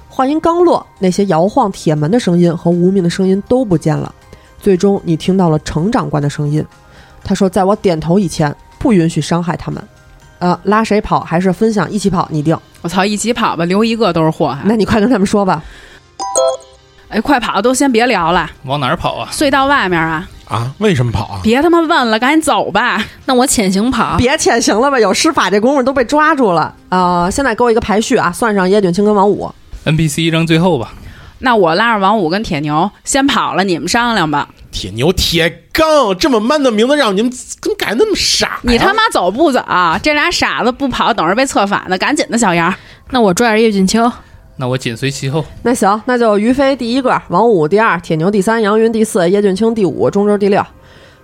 [SPEAKER 3] 话音刚落，那些摇晃铁门的声音和无名的声音都不见了。最终，你听到了程长官的声音，他说：“在我点头以前，不允许伤害他们。”呃，拉谁跑还是分享一起跑？你定？
[SPEAKER 4] 我操，一起跑吧，留一个都是祸害。
[SPEAKER 3] 那你快跟他们说吧。
[SPEAKER 4] 哎，快跑，都先别聊了，
[SPEAKER 6] 往哪儿跑啊？
[SPEAKER 4] 隧道外面啊，
[SPEAKER 7] 啊，为什么跑啊？
[SPEAKER 4] 别他妈问了，赶紧走吧。
[SPEAKER 5] 那我潜行跑。
[SPEAKER 3] 别潜行了吧，有施法这功夫都被抓住了啊、呃现在给我一个排序啊，算上叶俊卿跟王五，
[SPEAKER 6] NPC 扔最后吧，
[SPEAKER 4] 那我拉着王五跟铁牛先跑了，你们商量吧。
[SPEAKER 7] 铁牛、铁刚，这么 man 的名字让你们怎么改那么傻呀、
[SPEAKER 4] 你他妈走不走？啊这俩傻子不跑，等着被策反呢！赶紧的，小杨儿。
[SPEAKER 5] 那我拽着叶俊卿。
[SPEAKER 6] 那我紧随其后。
[SPEAKER 3] 那行，那就于飞第一个，王五第二，铁牛第三，杨云第四，叶俊卿第五，中州第六。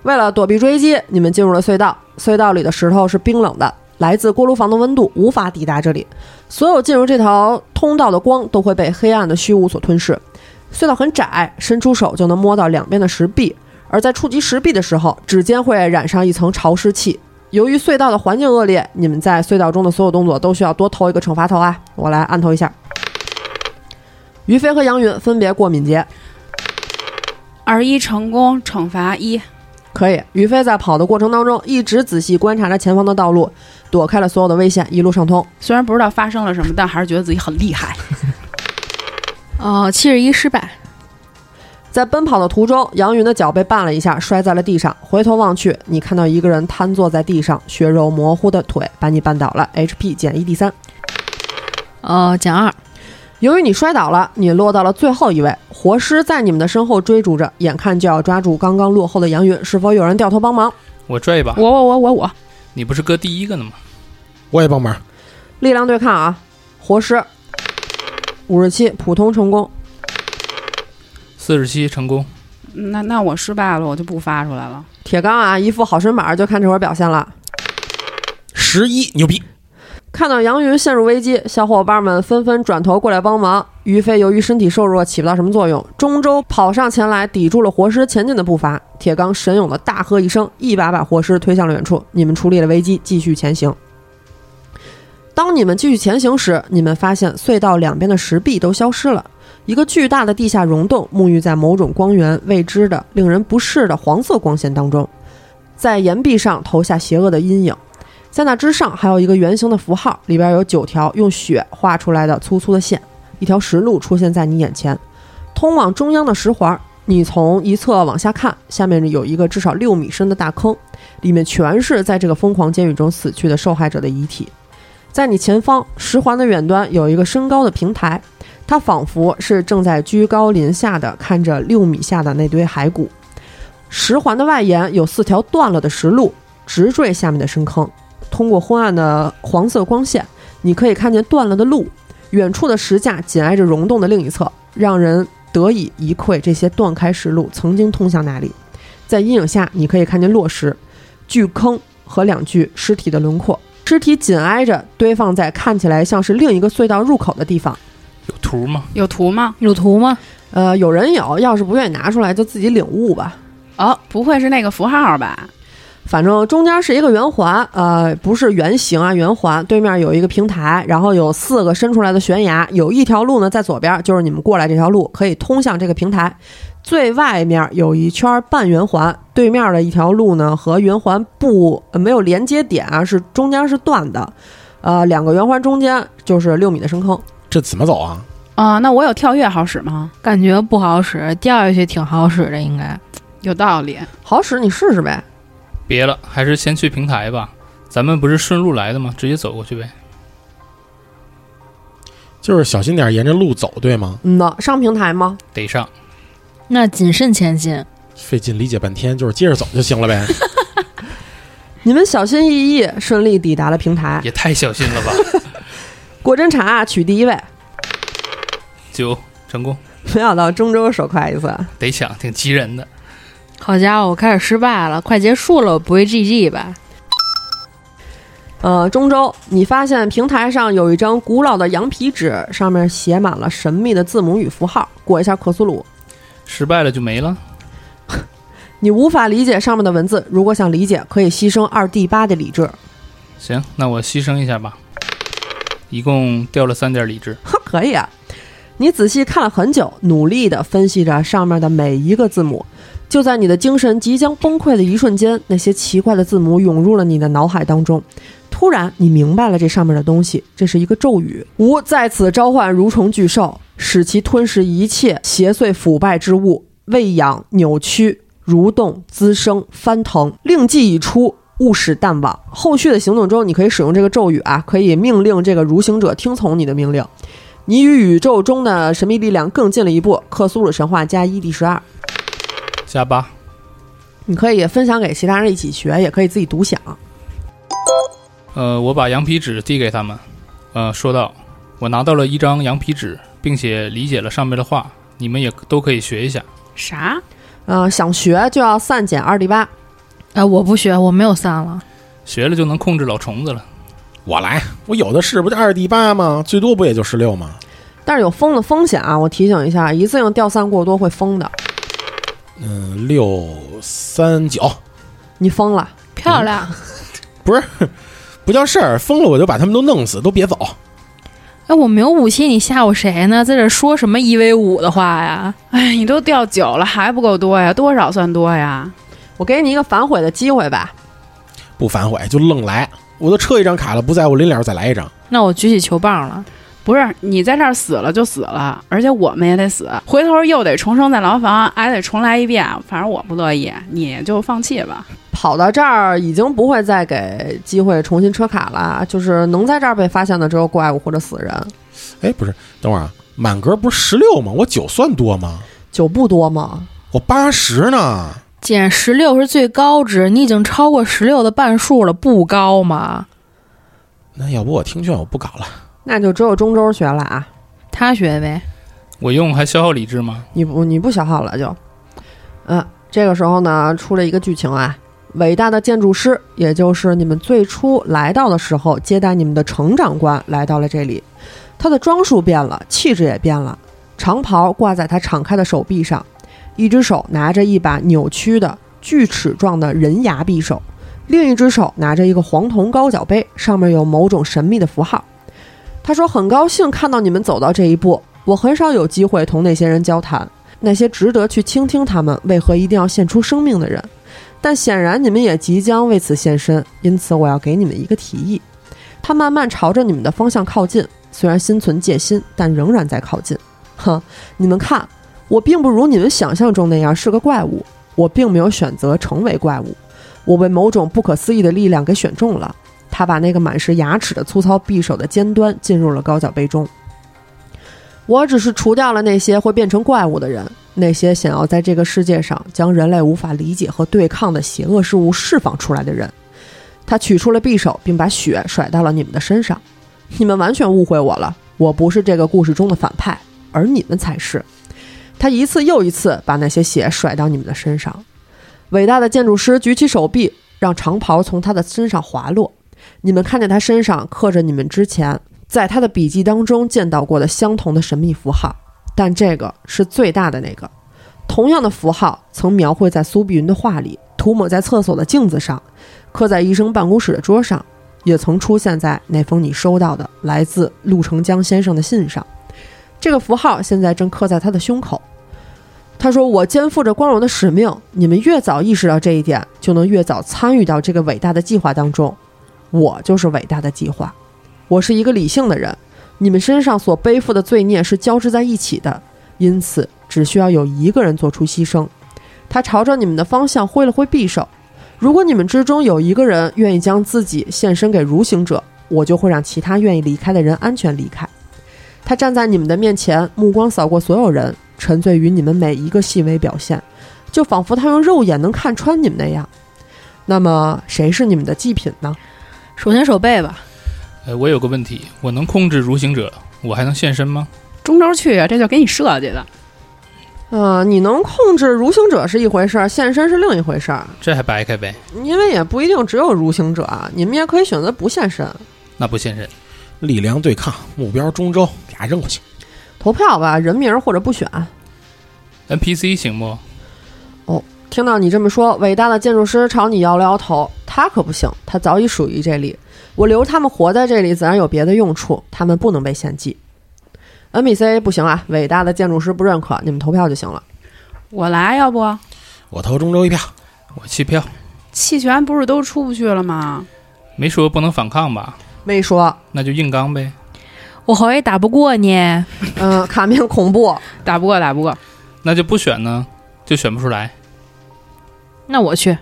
[SPEAKER 3] 为了躲避追击，你们进入了隧道。隧道里的石头是冰冷的，来自锅炉房的温度无法抵达这里。所有进入这条通道的光都会被黑暗的虚无所吞噬。隧道很窄，伸出手就能摸到两边的石壁，而在触及石壁的时候，指尖会染上一层潮湿气。由于隧道的环境恶劣，你们在隧道中的所有动作都需要多投一个惩罚投啊！我来按投一下。于飞和杨云分别过敏捷，
[SPEAKER 4] 二十一成功，惩罚一。
[SPEAKER 3] 可以。于飞在跑的过程当中，一直仔细观察着前方的道路，躲开了所有的危险，一路畅通。
[SPEAKER 4] 虽然不知道发生了什么，但还是觉得自己很厉害。
[SPEAKER 5] 哦，七十一失败。
[SPEAKER 3] 在奔跑的途中，杨云的脚被绊了一下，摔在了地上。回头望去，你看到一个人瘫坐在地上，血肉模糊的腿把你绊倒了，HP 减一 D 三。
[SPEAKER 5] 呃，减二。
[SPEAKER 3] 由于你摔倒了，你落到了最后一位。活尸在你们的身后追逐着，眼看就要抓住刚刚落后的杨云，是否有人掉头帮忙？
[SPEAKER 6] 我拽一把，
[SPEAKER 4] 我我我我我，
[SPEAKER 6] 你不是搁第一个呢吗？
[SPEAKER 7] 我也帮忙。
[SPEAKER 3] 力量对抗啊！活尸五十七，普通成功。
[SPEAKER 6] 四十七成功，
[SPEAKER 4] 那那我失败了，我就不发出来了。
[SPEAKER 3] 铁刚啊，一副好身板，就看这会儿表现了。
[SPEAKER 7] 十一牛逼，
[SPEAKER 3] 看到杨云陷入危机，小伙伴们纷纷转头过来帮忙。于飞由于身体瘦弱，起不到什么作用。中州跑上前来，抵住了活尸前进的步伐。铁刚神勇的大喝一声，一把把活尸推向了远处。你们处理了危机，继续前行。当你们继续前行时，你们发现隧道两边的石壁都消失了，一个巨大的地下溶洞沐浴在某种光源未知的、令人不适的黄色光线当中，在岩壁上投下邪恶的阴影。在那之上还有一个圆形的符号，里边有九条用血画出来的粗粗的线，一条石路出现在你眼前，通往中央的石环。你从一侧往下看，下面有一个至少六米深的大坑，里面全是在这个疯狂监狱中死去的受害者的遗体。在你前方石环的远端有一个升高的平台，它仿佛是正在居高临下的看着六米下的那堆骸骨。石环的外沿有四条断了的石路，直坠下面的深坑。通过昏暗的黄色光线，你可以看见断了的路，远处的石架紧挨着溶洞的另一侧，让人得以一窥这些断开石路曾经通向哪里。在阴影下，你可以看见落石、巨坑和两具尸体的轮廓。尸体紧挨着堆放在看起来像是另一个隧道入口的地方。
[SPEAKER 6] 有图吗？
[SPEAKER 4] 有图吗？
[SPEAKER 5] 有图吗？
[SPEAKER 3] 呃，有人有，要是不愿意拿出来，就自己领悟吧。
[SPEAKER 4] 哦，不会是那个符号吧？
[SPEAKER 3] 反正中间是一个圆环，呃，不是圆形啊，圆环对面有一个平台，然后有四个伸出来的悬崖，有一条路呢在左边，就是你们过来这条路可以通向这个平台。最外面有一圈半圆环，对面的一条路呢和圆环不、呃没有连接点啊，是中间是断的，呃，两个圆环中间就是六米的深坑。
[SPEAKER 7] 这怎么走啊？
[SPEAKER 4] 啊、那我有跳跃好使吗？
[SPEAKER 5] 感觉不好使，掉下去挺好使的，应该。
[SPEAKER 4] 有道理。
[SPEAKER 3] 好使你试试呗，
[SPEAKER 6] 别了，还是先去平台吧。咱们不是顺路来的吗？直接走过去呗。
[SPEAKER 7] 就是小心点，沿着路走，对吗？
[SPEAKER 3] 嗯呐，上平台吗？
[SPEAKER 6] 得上，
[SPEAKER 5] 那谨慎前进，
[SPEAKER 7] 费劲理解半天，就是接着走就行了呗。
[SPEAKER 3] 你们小心翼翼，顺利抵达了平台。
[SPEAKER 6] 也太小心了吧！
[SPEAKER 3] 果真茶取第一位，
[SPEAKER 6] 九成功，
[SPEAKER 3] 没想到中州手快一次。
[SPEAKER 6] 得抢，挺急人的。
[SPEAKER 5] 好家伙，我开始失败了，快结束了，我不会 GG 吧？
[SPEAKER 3] 呃，中州，你发现平台上有一张古老的羊皮纸，上面写满了神秘的字母与符号。过一下克苏鲁，
[SPEAKER 6] 失败了就没了。
[SPEAKER 3] 你无法理解上面的文字。如果想理解，可以牺牲二 D 八的理智。
[SPEAKER 6] 行，那我牺牲一下吧。一共掉了三点理智，
[SPEAKER 3] 呵， 可以啊。你仔细看了很久，努力地分析着上面的每一个字母。就在你的精神即将崩溃的一瞬间，那些奇怪的字母涌入了你的脑海当中。突然，你明白了这上面的东西，这是一个咒语。吾在此召唤蠕虫巨兽，使其吞噬一切邪祟腐败之物，喂养、扭曲、蠕动、滋生、翻腾。令计已出，勿使淡忘。后续的行动中，你可以使用这个咒语啊，可以命令这个蠕行者听从你的命令。你与宇宙中的神秘力量更近了一步。克苏鲁神话加一 d 十二，
[SPEAKER 6] 加八。
[SPEAKER 3] 你可以分享给其他人一起学，也可以自己独享。
[SPEAKER 6] 呃，我把羊皮纸递给他们。呃，说道：“我拿到了一张羊皮纸，并且理解了上面的话，你们也都可以学一下。
[SPEAKER 4] 啥？
[SPEAKER 3] 呃，想学就要散减二 d 八。
[SPEAKER 5] 哎、我不学，我没有散了。
[SPEAKER 6] 学了就能控制老虫子了。
[SPEAKER 7] 我来，我有的是，不就二 D 八吗？最多不也就十六吗？
[SPEAKER 3] 但是有封的风险啊！我提醒一下，一次性掉散过多会封的。
[SPEAKER 7] 嗯，六三九
[SPEAKER 3] 你疯了，
[SPEAKER 5] 漂亮！
[SPEAKER 7] 不叫事儿，疯了我就把他们都弄死，都别走。
[SPEAKER 5] 哎，我没有武器，你吓唬谁呢？在这说什么一 v 五的话呀？
[SPEAKER 4] 哎，你都掉九了，还不够多呀？多少算多呀？
[SPEAKER 3] 我给你一个反悔的机会吧。
[SPEAKER 7] 不反悔就愣来，我都撤一张卡了，不在我临了再来一张。
[SPEAKER 5] 那我举起球棒了。
[SPEAKER 4] 不是你在这儿死了就死了，而且我们也得死，回头又得重生在牢房，还得重来一遍。反正我不乐意，你就放弃吧。
[SPEAKER 3] 跑到这儿已经不会再给机会重新车卡了，就是能在这儿被发现的只有怪物或者死人。
[SPEAKER 7] 哎，不是，等会儿啊，满格不是十六吗？我九算多吗？
[SPEAKER 3] 酒不多吗？
[SPEAKER 7] 我八十呢。
[SPEAKER 5] 减十六是最高值，你已经超过十六的半数了，不高吗？
[SPEAKER 7] 那要不我听劝，我不搞了。
[SPEAKER 3] 那就只有中州学了啊！
[SPEAKER 5] 他学呗。
[SPEAKER 6] 我用还消耗理智吗？
[SPEAKER 3] 你不你不消耗了就，嗯、这个时候呢，出了一个剧情啊，伟大的建筑师，也就是你们最初来到的时候接待你们的程长官来到了这里，他的装束变了，气质也变了，长袍挂在他敞开的手臂上，一只手拿着一把扭曲的锯齿状的人牙匕首，另一只手拿着一个黄铜高脚杯，上面有某种神秘的符号。他说：“很高兴看到你们走到这一步，我很少有机会同那些人交谈，那些值得去倾听他们为何一定要献出生命的人。但显然你们也即将为此献身，因此我要给你们一个提议。他慢慢朝着你们的方向靠近，虽然心存戒心，但仍然在靠近。哼，你们看，我并不如你们想象中那样是个怪物，我并没有选择成为怪物，我被某种不可思议的力量给选中了。他把那个满是牙齿的粗糙匕首的尖端进入了高脚杯中。我只是除掉了那些会变成怪物的人，那些想要在这个世界上将人类无法理解和对抗的邪恶事物释放出来的人。他取出了匕首，并把血甩到了你们的身上。你们完全误会我了，我不是这个故事中的反派，而你们才是。他一次又一次把那些血甩到你们的身上。伟大的建筑师举起手臂，让长袍从他的身上滑落。你们看见他身上刻着你们之前在他的笔记当中见到过的相同的神秘符号，但这个是最大的那个。同样的符号曾描绘在苏碧云的画里，涂抹在厕所的镜子上，刻在医生办公室的桌上，也曾出现在那封你收到的来自陆成江先生的信上。这个符号现在正刻在他的胸口。他说：“我肩负着光荣的使命，你们越早意识到这一点，就能越早参与到这个伟大的计划当中。我就是伟大的计划，我是一个理性的人。你们身上所背负的罪孽是交织在一起的，因此只需要有一个人做出牺牲。他朝着你们的方向挥了挥匕首。如果你们之中有一个人愿意将自己献身给如行者，我就会让其他愿意离开的人安全离开。他站在你们的面前，目光扫过所有人，沉醉于你们每一个细微表现，就仿佛他用肉眼能看穿你们那样。那么，谁是你们的祭品呢？
[SPEAKER 5] 手心手背吧，
[SPEAKER 6] 呃，我有个问题，我能控制如行者，我还能现身吗？
[SPEAKER 4] 中州去啊，这就给你设计的。
[SPEAKER 3] 呃，你能控制如行者是一回事儿，现身是另一回事儿，
[SPEAKER 6] 这还掰开呗？
[SPEAKER 3] 因为也不一定只有如行者啊，你们也可以选择不现身。
[SPEAKER 6] 那不现身，
[SPEAKER 7] 力量对抗目标中州，俩扔过去。
[SPEAKER 3] 投票吧，人名或者不选。
[SPEAKER 6] NPC 行不？
[SPEAKER 3] 听到你这么说，伟大的建筑师朝你摇了摇头。他可不行，他早已属于这里。我留他们活在这里，自然有别的用处。他们不能被献祭。NPC 不行啊，伟大的建筑师不认可，你们投票就行了。
[SPEAKER 4] 我来，要不
[SPEAKER 7] 我投中州一票，
[SPEAKER 6] 我弃票，
[SPEAKER 4] 弃权不是都出不去了吗？
[SPEAKER 6] 没说不能反抗吧？
[SPEAKER 3] 没说，
[SPEAKER 6] 那就硬刚呗。
[SPEAKER 5] 我好也打不过你。
[SPEAKER 3] 嗯、卡面恐怖，
[SPEAKER 4] 打不过，打不过，
[SPEAKER 6] 那就不选呢，就选不出来。
[SPEAKER 5] 那我去，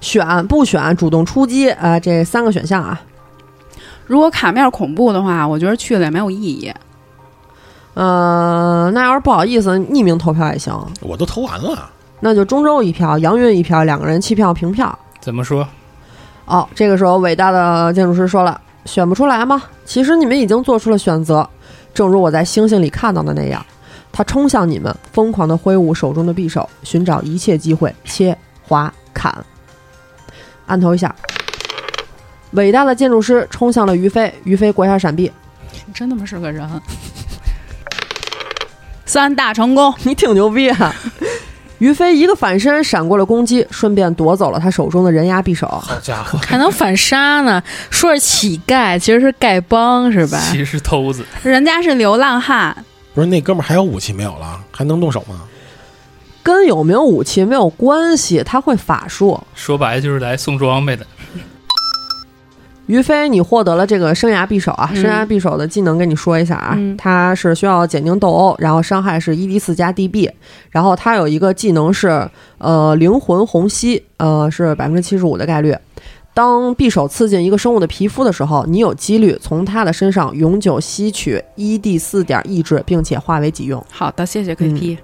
[SPEAKER 3] 选不选，主动出击啊、这三个选项啊。
[SPEAKER 4] 如果卡面恐怖的话，我觉得去了也没有意义。
[SPEAKER 3] 嗯、那要是不好意思，匿名投票也行。
[SPEAKER 7] 我都投完了，
[SPEAKER 3] 那就中州一票，杨云一票，两个人弃票平票。
[SPEAKER 6] 怎么说？
[SPEAKER 3] 哦，这个时候伟大的建筑师说了：“选不出来吗？其实你们已经做出了选择，正如我在星星里看到的那样。”他冲向你们，疯狂地挥舞手中的匕首，寻找一切机会切、划、砍。按头一下，伟大的建筑师冲向了于飞，于飞国下闪避，
[SPEAKER 4] 你真他妈是个人。三大成功，
[SPEAKER 3] 你挺牛逼啊！于飞一个反身闪过了攻击，顺便夺走了他手中的人牙匕首。
[SPEAKER 6] 好家伙，
[SPEAKER 5] 还能反杀呢？说是乞丐，其实是丐帮，是吧？
[SPEAKER 6] 其实是偷子，
[SPEAKER 4] 人家是流浪汉，
[SPEAKER 7] 不是那哥们儿还有武器没有了，还能动手吗？
[SPEAKER 3] 跟有没有武器没有关系，他会法术。
[SPEAKER 6] 说白了就是来送装备的。
[SPEAKER 3] 于飞，你获得了这个生涯匕首啊！
[SPEAKER 4] 嗯
[SPEAKER 3] 生涯匕首的技能跟你说一下啊，
[SPEAKER 4] 嗯
[SPEAKER 3] 它是需要减轻斗殴，然后伤害是一 d 四加 db，然后它有一个技能是呃灵魂虹吸，呃是百分之七十五的概率。当匕首刺进一个生物的皮肤的时候，你有几率从它的身上永久吸取一 d 四点意志，并且化为己用。
[SPEAKER 4] 好的，谢谢 KP。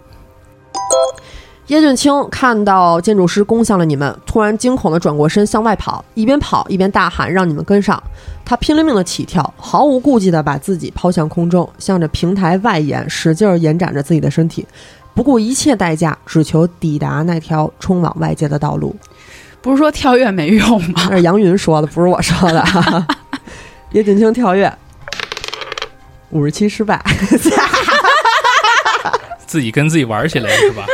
[SPEAKER 3] 叶俊清看到建筑师攻向了你们，突然惊恐地转过身向外跑，一边跑一边大喊让你们跟上。他拼了命地起跳，毫无顾忌地把自己抛向空中，向着平台外延，使劲儿延展着自己的身体，不顾一切代价，只求抵达那条冲往外界的道路。
[SPEAKER 4] 不是说跳跃没用吗？
[SPEAKER 3] 那是杨云说的，不是我说的。 叶俊清跳跃，五十七失败。
[SPEAKER 6] 自己跟自己玩起来了是 吧？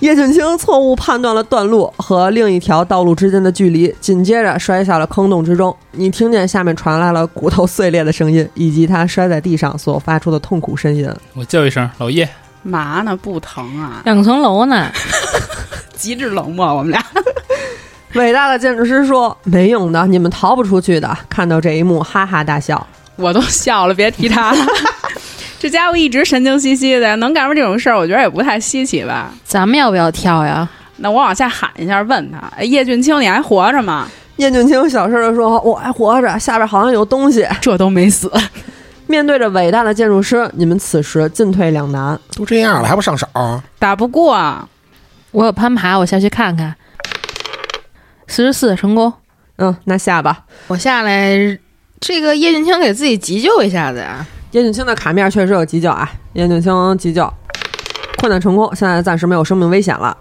[SPEAKER 3] 叶俊清错误判断了段路和另一条道路之间的距离，紧接着摔下了坑洞之中。你听见下面传来了骨头碎裂的声音，以及他摔在地上所发出的痛苦呻吟。
[SPEAKER 6] 我叫一声老叶，
[SPEAKER 4] 嘛呢？不疼啊！
[SPEAKER 5] 两层楼呢？
[SPEAKER 4] 极致冷漠，我们俩。
[SPEAKER 3] 伟大的建筑师说：“没用的，你们逃不出去的。”看到这一幕，哈哈大笑。
[SPEAKER 4] 我都笑了，别提他 了。这家伙一直神经兮兮的，能干出这种事儿，我觉得也不太稀奇吧。
[SPEAKER 5] 咱们要不要跳呀？
[SPEAKER 4] 那我往下喊一下，问他：“哎，叶俊清，你还活着吗
[SPEAKER 3] 叶俊清小声地说：“我还活着，下边好像有东西。””
[SPEAKER 4] 这都没死，
[SPEAKER 3] 面对着伟大的建筑师，你们此时进退两难。
[SPEAKER 7] 都这样了还不 上手？
[SPEAKER 4] 打不过。啊
[SPEAKER 5] 我有攀爬，我下去看看。四十四成功，
[SPEAKER 3] 嗯，那下吧。
[SPEAKER 5] 我下来，这个叶俊清给自己急救一下子呀、
[SPEAKER 3] 叶俊清的卡面确实有急救啊，叶俊清急救困难成功，现在暂时没有生命危险了。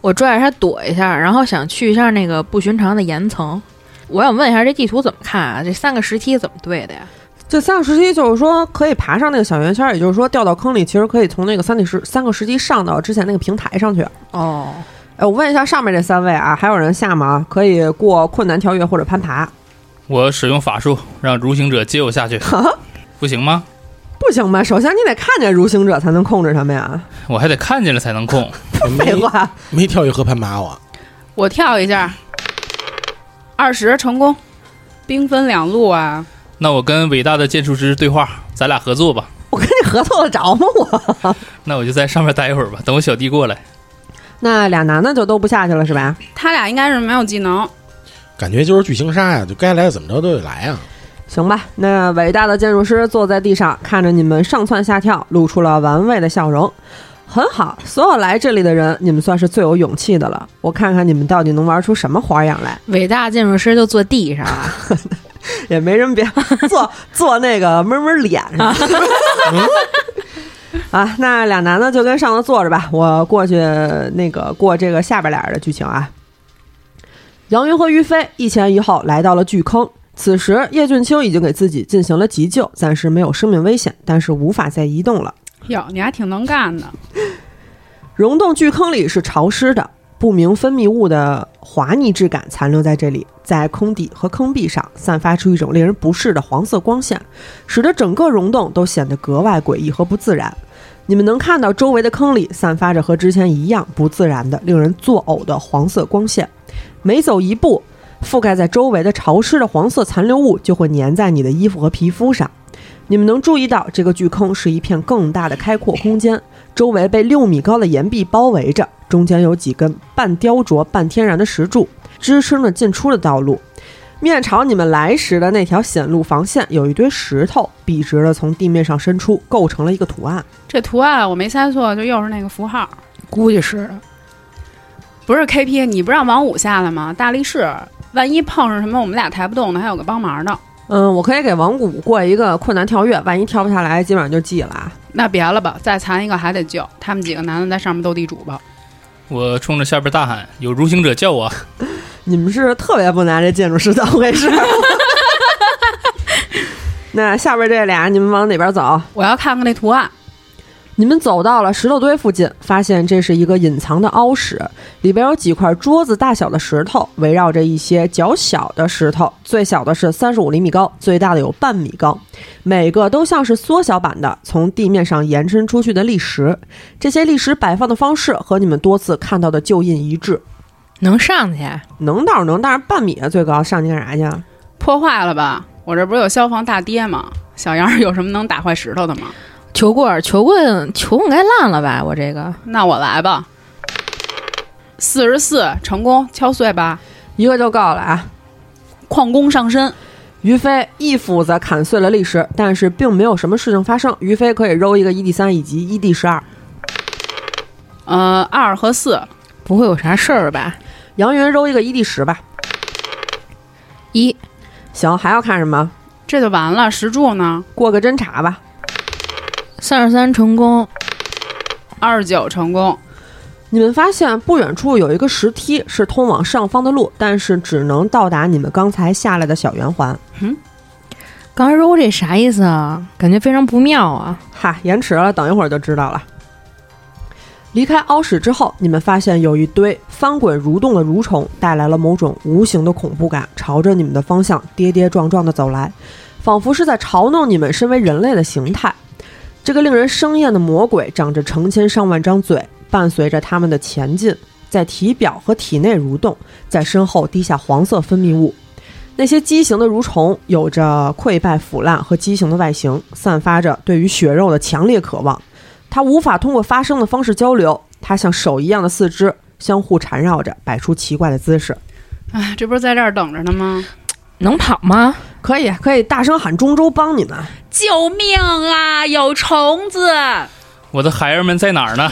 [SPEAKER 5] 我拽着他躲一下，然后想去一下那个不寻常的岩层。我想问一下，这地图怎么看啊？这三个石梯怎么对的呀？
[SPEAKER 3] 这三个时期就是说可以爬上那个小圆圈儿，也就是说掉到坑里，其实可以从那个三体时三个时期上到之前那个平台上去。
[SPEAKER 5] 哦，
[SPEAKER 3] 哎，我问一下上面这三位啊，还有人下吗？可以过困难跳跃或者攀爬，
[SPEAKER 6] 我使用法术让如行者接我下去，不行吗？
[SPEAKER 3] 不行吧？首先你得看见如行者才能控制他们呀。
[SPEAKER 6] 我还得看见了才能控。
[SPEAKER 3] 废
[SPEAKER 7] 没
[SPEAKER 3] 话，
[SPEAKER 7] 没跳跃和攀爬我，
[SPEAKER 4] 我跳一下，二十成功，兵分两路啊！
[SPEAKER 6] 那我跟伟大的建筑师对话，咱俩合作吧。
[SPEAKER 3] 我跟你合作得着吗？我
[SPEAKER 6] 那我就在上面待一会儿吧，等我小弟过来。
[SPEAKER 3] 那俩男的就都不下去了是吧？
[SPEAKER 4] 他俩应该是没有技能，
[SPEAKER 7] 感觉就是巨型鲨呀，就该来怎么着都得来啊。
[SPEAKER 3] 行吧，那伟大的建筑师坐在地上，看着你们上蹿下跳，露出了玩味的笑容。很好，所有来这里的人，你们算是最有勇气的了。我看看你们到底能玩出什么花样来，
[SPEAKER 5] 伟大建筑师就坐地上了，
[SPEAKER 3] 也没人别坐坐那个闷闷脸上。 啊，那俩男的就跟上头坐着吧，我过去那个过这个下边俩人的剧情啊。杨云和于飞一前一后来到了巨坑。此时，叶俊卿已经给自己进行了急救，暂时没有生命危险，但是无法再移动了。
[SPEAKER 4] 哟，你还挺能干的。
[SPEAKER 3] 溶洞巨坑里是潮湿的，不明分泌物的滑腻质感残留在这里，在坑底和坑壁上散发出一种令人不适的黄色光线，使得整个溶洞都显得格外诡异和不自然。你们能看到周围的坑里散发着和之前一样不自然的、令人作呕的黄色光线，每走一步，覆盖在周围的潮湿的黄色残留物就会粘在你的衣服和皮肤上。你们能注意到，这个巨坑是一片更大的开阔空间，周围被六米高的岩壁包围着，中间有几根半雕琢、半天然的石柱支撑着进出的道路。面朝你们来时的那条显路防线，有一堆石头笔直的从地面上伸出，构成了一个图案。
[SPEAKER 4] 这图案我没猜错，就又是那个符号，
[SPEAKER 5] 估计是的。
[SPEAKER 4] 不是 KP。你不让王五下来吗？大力士，万一碰上什么我们俩抬不动的，还有个帮忙的。
[SPEAKER 3] 嗯，我可以给王谷过一个困难跳跃，万一跳不下来，基本上就记了啊。
[SPEAKER 4] 那别了吧，再残一个还得救。他们几个男的在上面斗地主吧。
[SPEAKER 6] 我冲着下边大喊：“有如行者叫我
[SPEAKER 3] 你们是特别不拿这建筑师当回事儿。 那下边这俩，你们往哪边走？
[SPEAKER 4] 我要看看那图案，
[SPEAKER 3] 你们走到了石头堆附近，发现这是一个隐藏的凹室，里边有几块桌子大小的石头，围绕着一些较小的石头，最小的是三十五厘米高，最大的有半米高，每个都像是缩小版的从地面上延伸出去的砾石。这些砾石摆放的方式和你们多次看到的旧印一致，
[SPEAKER 5] 能上去？
[SPEAKER 3] 能倒是能，但是半米啊最高，上去干啥去啊？
[SPEAKER 4] 破坏了吧？我这不是有消防大爹吗？小杨儿有什么能打坏石头的吗？
[SPEAKER 5] 球棍儿，球棍，球棍该烂了吧？我这个
[SPEAKER 4] 那我来吧，四十四成功敲碎吧，
[SPEAKER 3] 一个就够了啊！
[SPEAKER 4] 矿工上身。
[SPEAKER 3] 于飞一斧子砍碎了砾石，但是并没有什么事情发生。于飞可以揉一个一 d 三以及一 d 十二。
[SPEAKER 4] 呃，二和四
[SPEAKER 5] 不会有啥事儿吧？
[SPEAKER 3] 杨云揉一个一 d 十吧。
[SPEAKER 5] 一
[SPEAKER 3] 行，还要看什么？
[SPEAKER 4] 这就完了。石柱呢？
[SPEAKER 3] 过个侦查吧。
[SPEAKER 5] 三十三成功，
[SPEAKER 4] 二十九成功。
[SPEAKER 3] 你们发现不远处有一个石梯，是通往上方的路，但是只能到达你们刚才下来的小圆环。
[SPEAKER 5] 刚才揉这啥意思啊？感觉非常不妙啊！
[SPEAKER 3] 哈，延迟了，等一会儿就知道了。离开凹室之后，你们发现有一堆翻滚蠕动的蠕虫，带来了某种无形的恐怖感，朝着你们的方向跌跌撞撞地走来，仿佛是在嘲弄你们身为人类的形态。这个令人生厌的魔鬼长着成千上万张嘴，伴随着他们的前进，在体表和体内蠕动，在身后滴下黄色分泌物，那些畸形的蠕虫有着溃败、腐烂和畸形的外形，散发着对于血肉的强烈渴望。它无法通过发声的方式交流，它像手一样的四肢相互缠绕着，摆出奇怪的姿势。
[SPEAKER 4] 哎，这不是在这儿等着呢吗？
[SPEAKER 5] 能跑吗？
[SPEAKER 3] 可以，可以大声喊中州帮你们。
[SPEAKER 4] 救命啊！有虫 子，！”
[SPEAKER 6] 我的孩儿们在哪儿呢？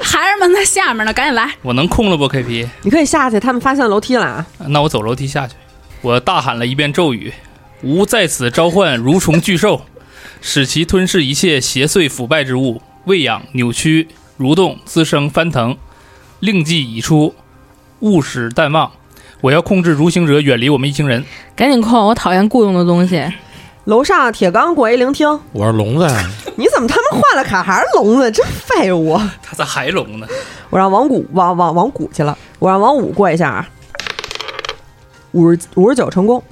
[SPEAKER 4] 孩儿们在下面呢，赶紧来！
[SPEAKER 6] 我能控了不？KP，
[SPEAKER 3] 你可以下去，他们发现楼梯了啊！
[SPEAKER 6] 那我走楼梯下去。我大喊了一遍咒语：“吾在此召唤蠕虫巨兽，使其吞噬一切邪祟腐败之物，喂养、扭曲、蠕动、滋生、翻腾，令计已出，勿使淡忘。”我要控制蠕行者远离我们一行人。
[SPEAKER 5] 赶紧控！我讨厌雇佣的东西。
[SPEAKER 3] 楼上铁刚过一聆听，
[SPEAKER 7] 我是聋子呀，
[SPEAKER 3] 你怎么他妈换了卡还是聋子？真废物！
[SPEAKER 6] 他咋还聋呢？
[SPEAKER 3] 我让王谷王王王谷去了，我让王五过一下啊，五十五十九成功。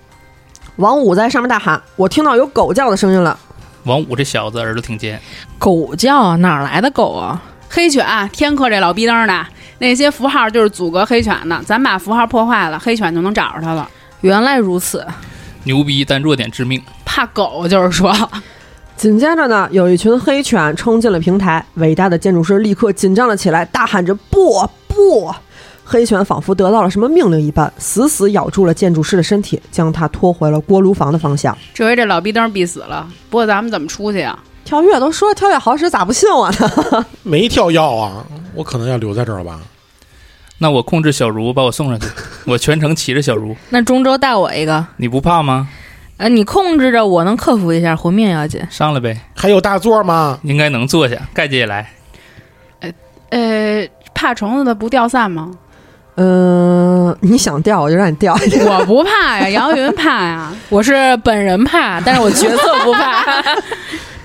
[SPEAKER 3] 王五在上面大喊：“我听到有狗叫的声音了。
[SPEAKER 6] 王五这小子耳朵挺尖，
[SPEAKER 5] 狗叫哪儿来的狗啊？
[SPEAKER 4] 黑犬，天克这老逼灯的那些符号就是阻隔黑犬的，咱把符号破坏了，黑犬就能找着它了。
[SPEAKER 5] 原来如此，
[SPEAKER 6] 牛逼但弱点致命。
[SPEAKER 4] 怕狗就是说，”
[SPEAKER 3] 紧接着呢，有一群黑犬冲进了平台，伟大的建筑师立刻紧张了起来，大喊着：“不不！”黑犬仿佛得到了什么命令一般，死死咬住了建筑师的身体，将他拖回了锅炉房的方向。
[SPEAKER 4] 这回这老逼灯必死了。不过咱们怎么出去啊呀、
[SPEAKER 3] 跳跃都说跳跃好使，咋不信我呢？
[SPEAKER 7] 没跳药啊，我可能要留在这儿了吧？
[SPEAKER 6] 那我控制小茹把我送上去，我全程骑着小茹，
[SPEAKER 5] 那中州带我一个，
[SPEAKER 6] 你不怕吗？
[SPEAKER 5] 呃，你控制着，我能克服一下，活命要紧。
[SPEAKER 6] 上来呗，
[SPEAKER 7] 还有大座吗？
[SPEAKER 6] 应该能坐下。盖姐也来，
[SPEAKER 4] 呃，怕虫子的不掉散吗？
[SPEAKER 3] 嗯，你想掉我就让你掉。
[SPEAKER 4] 我不怕呀，杨云怕呀。
[SPEAKER 5] 我是本人怕，但是我角色不怕。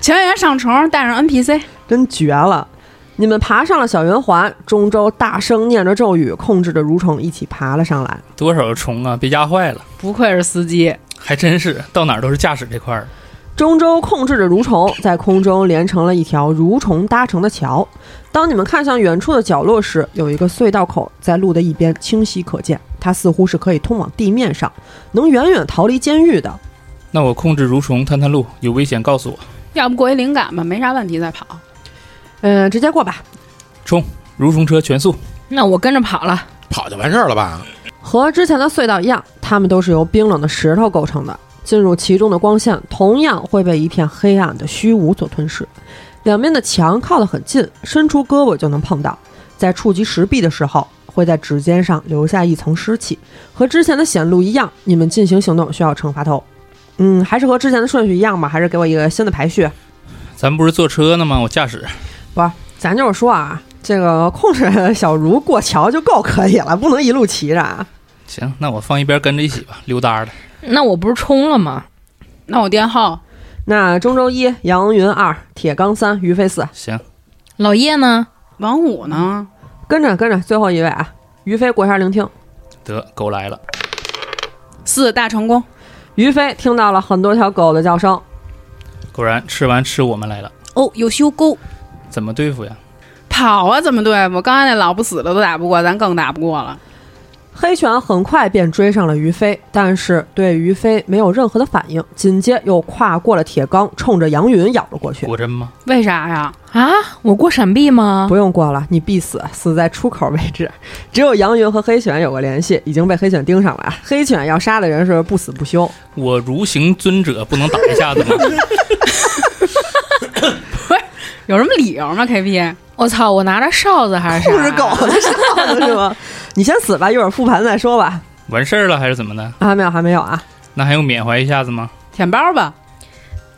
[SPEAKER 4] 全员上虫，带上 NPC。
[SPEAKER 3] 真绝了！你们爬上了小圆环，中州大声念着咒语，控制着蠕虫一起爬了上来。
[SPEAKER 6] 多少虫啊，被压坏了，
[SPEAKER 4] 不愧是司机，
[SPEAKER 6] 还真是到哪儿都是驾驶这块儿。
[SPEAKER 3] 中州控制着蠕虫，在空中连成了一条蠕虫搭成的桥。当你们看向远处的角落时，有一个隧道口在路的一边清晰可见，它似乎是可以通往地面上，能远远逃离监狱的。
[SPEAKER 6] 那我控制蠕虫探探路，有危险告诉我。
[SPEAKER 4] 要不过一灵感吧，没啥问题再跑。
[SPEAKER 3] 嗯、直接过吧。
[SPEAKER 6] 蠕虫车全速，
[SPEAKER 5] 那我跟着跑了。
[SPEAKER 7] 跑就完事儿了吧？
[SPEAKER 3] 和之前的隧道一样，它们都是由冰冷的石头构成的。进入其中的光线同样会被一片黑暗的虚无所吞噬。两边的墙靠得很近，伸出胳膊就能碰到。在触及石壁的时候，会在指尖上留下一层湿气。和之前的显露一样，你们进行行动需要惩罚头。嗯，还是和之前的顺序一样吧？还是给我一个新的排序？
[SPEAKER 6] 咱不是坐车呢吗？我驾驶，
[SPEAKER 3] 咱就是说啊，这个控制小茹过桥就够可以了，不能一路骑着啊。
[SPEAKER 6] 行，那我放一边跟着一起吧，溜达的。
[SPEAKER 5] 那我不是冲了吗？
[SPEAKER 4] 那我垫后，
[SPEAKER 3] 那中州一、杨云二、铁刚三、于飞四，
[SPEAKER 6] 行，
[SPEAKER 5] 老叶呢？
[SPEAKER 4] 王五呢？
[SPEAKER 3] 跟着跟着，最后一位啊，于飞过一下聆听。
[SPEAKER 6] 得狗来了，
[SPEAKER 4] 四大成功，
[SPEAKER 3] 于飞听到了很多条狗的叫声，
[SPEAKER 6] 果然吃完吃我们来了，
[SPEAKER 4] 哦，有修沟，
[SPEAKER 6] 怎么对付呀？
[SPEAKER 4] 跑啊！怎么对付？刚才那老不死的都打不过，咱更打不过了。
[SPEAKER 3] 黑犬很快便追上了于飞，但是对于飞没有任何的反应，紧接又跨过了铁缸，冲着杨云咬了过去。
[SPEAKER 6] 果真吗？
[SPEAKER 4] 为啥呀？
[SPEAKER 5] 啊，我过闪避吗？
[SPEAKER 3] 不用过了，你必死，死在出口位置。只有杨云和黑犬有过联系，已经被黑犬盯上了啊。黑犬要杀的人是不死不休。
[SPEAKER 6] 我如行尊者不能打一下子吗？
[SPEAKER 4] 有什么理由吗？K P，
[SPEAKER 5] 我操！我拿着哨子还是啥？
[SPEAKER 3] 的上 子是吗？你先死吧，一会儿复盘再说吧。
[SPEAKER 6] 完事儿了还是怎么的？
[SPEAKER 3] 啊还没有，还没有啊。
[SPEAKER 6] 那还用缅怀一下子吗？
[SPEAKER 4] 舔包吧。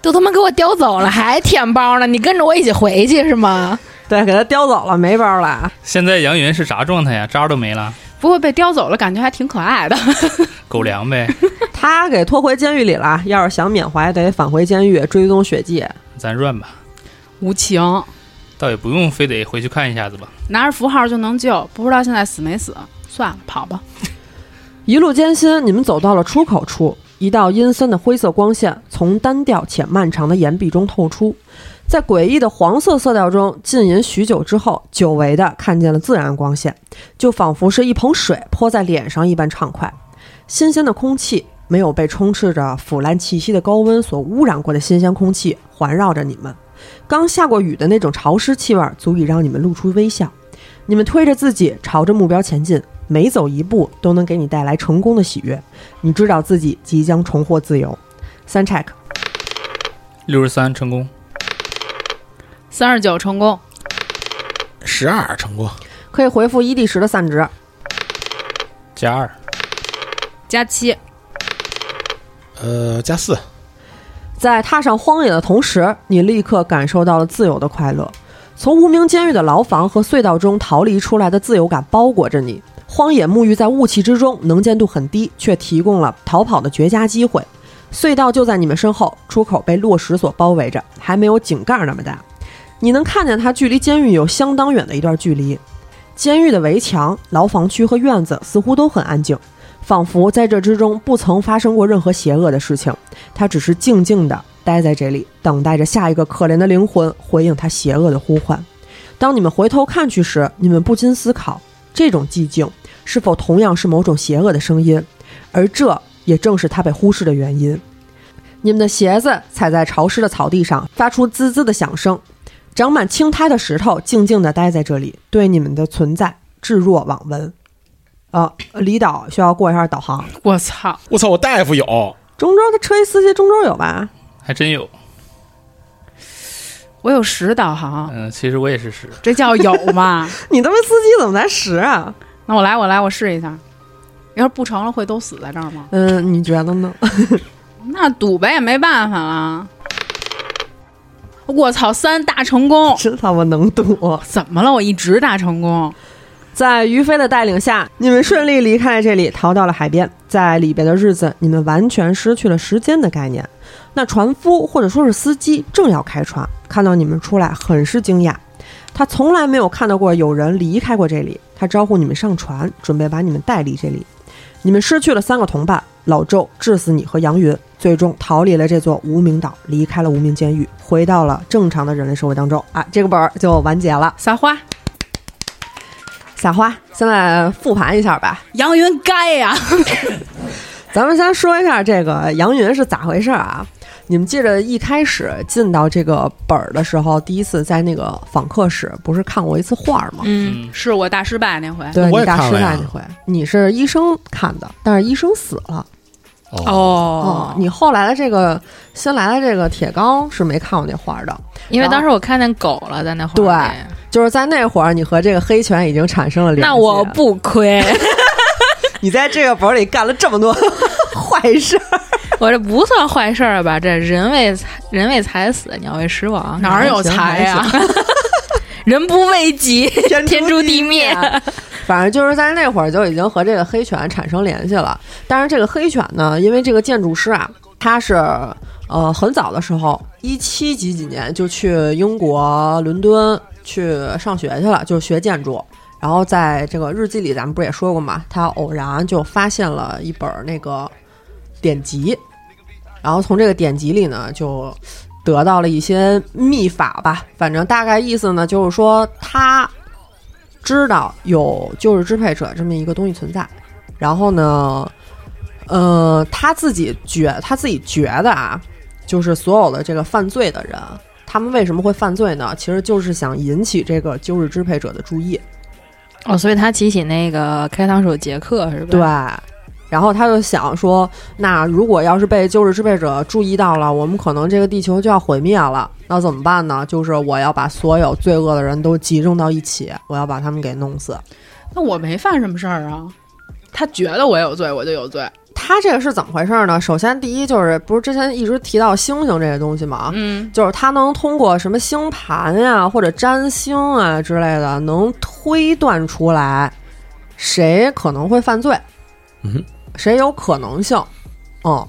[SPEAKER 5] 都他妈给我叼走了，还舔包呢？你跟着我一起回去是吗？
[SPEAKER 3] 对，给他叼走了，没包了啊。
[SPEAKER 6] 现在杨云是啥状态呀？渣都没了，
[SPEAKER 4] 不过被叼走了，感觉还挺可爱的。
[SPEAKER 6] 狗粮呗。
[SPEAKER 3] 他给拖回监狱里了。要是想缅怀，得返回监狱追踪血迹。
[SPEAKER 6] 咱乱吧，
[SPEAKER 4] 无情，
[SPEAKER 6] 倒也不用非得回去看一下子吧。
[SPEAKER 4] 拿着符号就能救，不知道现在死没死。算了，跑吧。
[SPEAKER 3] 一路艰辛，你们走到了出口处，一道阴森的灰色光线从单调且漫长的岩壁中透出，在诡异的黄色色调中浸淫许久之后，久违的看见了自然光线，就仿佛是一盆水泼在脸上一般畅快。新鲜的空气没有被充斥着腐烂气息的高温所污染过的新鲜空气环绕着你们，刚下过雨的那种潮湿气味儿足以让你们露出微笑。你们推着自己朝着目标前进，每走一步都能给你带来成功的喜悦。你知道自己即将重获自由。三 check，
[SPEAKER 6] 六十三成功，
[SPEAKER 4] 三十九成功，
[SPEAKER 7] 十二成功，
[SPEAKER 3] 可以回复一 d 十的散值。
[SPEAKER 6] 加二，
[SPEAKER 4] 加七，
[SPEAKER 7] 呃，加四，
[SPEAKER 3] 在踏上荒野的同时，你立刻感受到了自由的快乐。从无名监狱的牢房和隧道中逃离出来的自由感包裹着你。荒野沐浴在雾气之中，能见度很低，却提供了逃跑的绝佳机会。隧道就在你们身后，出口被落石所包围着，还没有井盖那么大。你能看见它距离监狱有相当远的一段距离。监狱的围墙、牢房区和院子似乎都很安静，仿佛在这之中不曾发生过任何邪恶的事情。它只是静静地待在这里，等待着下一个可怜的灵魂回应它邪恶的呼唤。当你们回头看去时，你们不禁思考：这种寂静是否同样是某种邪恶的声音？而这也正是它被忽视的原因。你们的鞋子踩在潮湿的草地上，发出滋滋的响声。长满青苔的石头静静地待在这里，对你们的存在置若罔闻。啊，离岛需要过一下导航。
[SPEAKER 4] 我操！
[SPEAKER 7] 我操，我大夫有，
[SPEAKER 3] 中州的车一司机，中州有吧？
[SPEAKER 6] 还真有。
[SPEAKER 4] 我有十导 航，
[SPEAKER 6] 嗯、其实我也是十，
[SPEAKER 4] 这叫有吗？
[SPEAKER 3] 你他妈司机怎么才十啊？
[SPEAKER 4] 那我来，我来，我试一下。要是不成了，会都死在这儿吗？
[SPEAKER 3] 嗯，你觉得呢？
[SPEAKER 4] 那赌呗，也没办法了。我操，三大成功！
[SPEAKER 3] 真他妈能躲！
[SPEAKER 4] 怎么了？我一直大成功。
[SPEAKER 3] 在于飞的带领下，你们顺利离开了这里，逃到了海边。在里边的日子，你们完全失去了时间的概念。那船夫或者说是司机正要开船，看到你们出来，很是惊讶。他从来没有看到过有人离开过这里。他招呼你们上船，准备把你们带离这里。你们失去了三个同伴，老周、致死你和杨云，最终逃离了这座无名岛，离开了无名监狱，回到了正常的人类社会当中。啊，这个本儿就完结了。
[SPEAKER 4] 撒花，
[SPEAKER 3] 撒花，现在复盘一下吧。
[SPEAKER 4] 杨云该呀、
[SPEAKER 3] 咱们先说一下这个杨云是咋回事儿啊？你们记着一开始进到这个本儿的时候，第一次在那个访客室不是看过一次画儿吗？
[SPEAKER 4] 嗯，是我大失败那回。
[SPEAKER 3] 对
[SPEAKER 7] 我
[SPEAKER 3] 你
[SPEAKER 7] 也
[SPEAKER 3] 大
[SPEAKER 7] 看
[SPEAKER 3] 失
[SPEAKER 7] 了呀
[SPEAKER 3] 败那回，你是医生看的，但是医生死了。
[SPEAKER 5] 嗯
[SPEAKER 4] 哦
[SPEAKER 3] 你后来的这个新来的这个铁刚是没看过那画儿的，
[SPEAKER 5] 因为当时我看见狗了，在那画儿里
[SPEAKER 3] 就是在那会儿你和这个黑拳已经产生了联系。
[SPEAKER 5] 那我，不亏，
[SPEAKER 3] 你在这个本儿里干了这么多 坏事儿，
[SPEAKER 5] 我这不算坏事儿吧？这人为财人为财死，鸟为食亡，
[SPEAKER 4] 哪儿有才呀、
[SPEAKER 5] 人不为己，天诛地灭。
[SPEAKER 3] 啊反正就是在那会儿就已经和这个黑犬产生联系了。但是这个黑犬呢，因为这个建筑师啊，他是呃很早的时候，一七几几年就去英国伦敦去上学去了，就是学建筑。然后在这个日记里，咱们不是也说过嘛，他偶然就发现了一本那个典籍，然后从这个典籍里呢，就得到了一些秘法吧。反正大概意思呢，就是说他知道有旧日支配者这么一个东西存在，然后呢，呃，他自己觉他自己觉得啊，就是所有的这个犯罪的人，他们为什么会犯罪呢？其实就是想引起这个旧日支配者的注意。
[SPEAKER 5] 哦，所以他提起那个开膛手杰克是吧？
[SPEAKER 3] 对，然后他就想说，那如果要是被旧日支配者注意到了，我们可能这个地球就要毁灭了，那怎么办呢？就是我要把所有罪恶的人都集中到一起，我要把他们给弄死。
[SPEAKER 4] 那我没犯什么事儿啊。他觉得我有罪，我就有罪。
[SPEAKER 3] 他这个是怎么回事呢？首先，第一就是不是之前一直提到星星这个东西吗？
[SPEAKER 4] 嗯，
[SPEAKER 3] 就是他能通过什么星盘呀、或者占星啊之类的，能推断出来谁可能会犯罪，
[SPEAKER 7] 嗯哼，
[SPEAKER 3] 谁有可能性，嗯，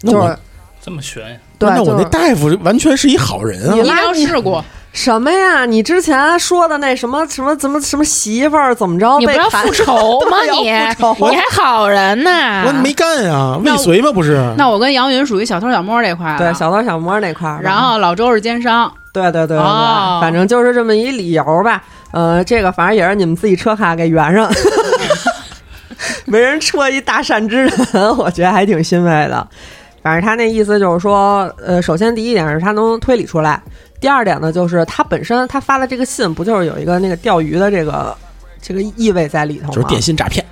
[SPEAKER 7] 那
[SPEAKER 3] 就
[SPEAKER 7] 我
[SPEAKER 3] 是
[SPEAKER 6] 这么悬呀？
[SPEAKER 3] 对，
[SPEAKER 7] 那我
[SPEAKER 3] 就
[SPEAKER 7] 那
[SPEAKER 3] 是
[SPEAKER 7] 大夫完全是一好人啊
[SPEAKER 3] 你！
[SPEAKER 4] 医
[SPEAKER 3] 拉
[SPEAKER 4] 疗
[SPEAKER 3] 你
[SPEAKER 4] 事故，
[SPEAKER 3] 什么呀？你之前说的那什么什么怎么什么媳妇儿怎么着
[SPEAKER 5] 你不
[SPEAKER 3] 被
[SPEAKER 5] 要
[SPEAKER 3] 砍
[SPEAKER 5] 复仇吗
[SPEAKER 3] 对要
[SPEAKER 5] 你？
[SPEAKER 3] 复仇
[SPEAKER 5] 你还好人呢？
[SPEAKER 3] 啊
[SPEAKER 7] 我没干呀，未
[SPEAKER 4] 那我
[SPEAKER 7] 遂吗？不是，
[SPEAKER 4] 那我跟杨云属于小偷嗯小摸这块儿 啊
[SPEAKER 3] 对小偷小摸那块儿吧，
[SPEAKER 4] 然后老周是奸商，
[SPEAKER 3] 对对对对对，
[SPEAKER 4] 哦
[SPEAKER 3] 反正就是这么一理由吧。呃，这个反正也是你们自己车卡给圆 上，没人戳一大善之人，我觉得还挺欣慰的。反正他那意思就是说，呃，首先第一点是他能推理出来，第二点呢就是他本身他发的这个信不就是有一个那个钓鱼的这个这个意味在里头吗？
[SPEAKER 7] 就是电信诈骗。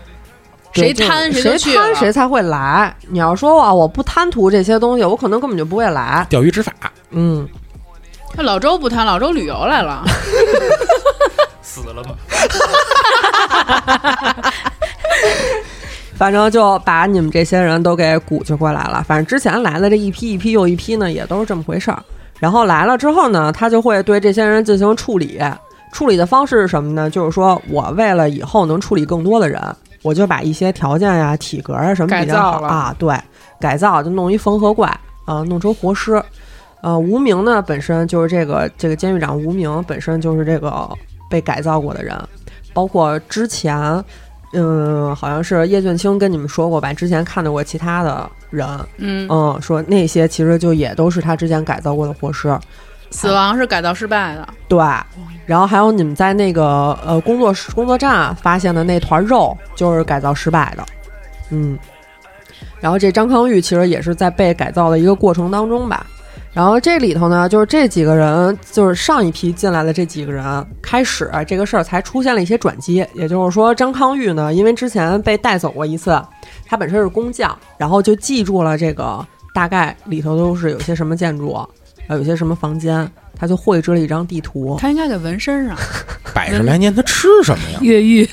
[SPEAKER 3] 对
[SPEAKER 4] 谁
[SPEAKER 3] 就是
[SPEAKER 4] 贪
[SPEAKER 3] 谁
[SPEAKER 4] 就去了
[SPEAKER 3] 贪谁才会来。你要说啊，我不贪图这些东西，我可能根本就不会来。
[SPEAKER 7] 钓鱼执法，
[SPEAKER 3] 嗯，
[SPEAKER 4] 那老周不贪，老周旅游来 了。
[SPEAKER 6] 死了吗？
[SPEAKER 3] 反正就呃把你们这些人都给鼓就过来了。反正之前来的这一批一批又一批呢，也都是这么回事儿。然后来了之后呢，他就会对这些人进行处理。处理的方式是什么呢？就是说我为了以后能处理更多的人，我就把一些条件呀、体格啊什么比较好
[SPEAKER 4] 改造了
[SPEAKER 3] 啊，对，改造就弄一缝合怪啊、弄成活尸。呃，无名呢本身就是这个这个监狱长无名本身就是这个被改造过的人，包括之前。嗯，好像是叶俊卿跟你们说过吧？之前看到过其他的人，
[SPEAKER 4] 嗯，
[SPEAKER 3] 嗯，说那些其实就也都是他之前改造过的活尸，
[SPEAKER 4] 死亡是改造失败的，
[SPEAKER 3] 对。然后还有你们在那个呃工作室工作站发现的那团肉，就是改造失败的，嗯。然后这张康玉其实也是在被改造的一个过程当中吧。然后这里头呢，就是这几个人，就是上一批进来的这几个人，开始啊这个事儿才出现了一些转机。也就是说，张康玉呢，因为之前被带走过一次，他本身是工匠，然后就记住了这个大概里头都是有些什么建筑，呃，有些什么房间，他就绘制了一张地图。
[SPEAKER 4] 他应该给纹身上
[SPEAKER 7] 百
[SPEAKER 3] 嗯
[SPEAKER 7] 十来年他吃什么呀？
[SPEAKER 5] 越狱，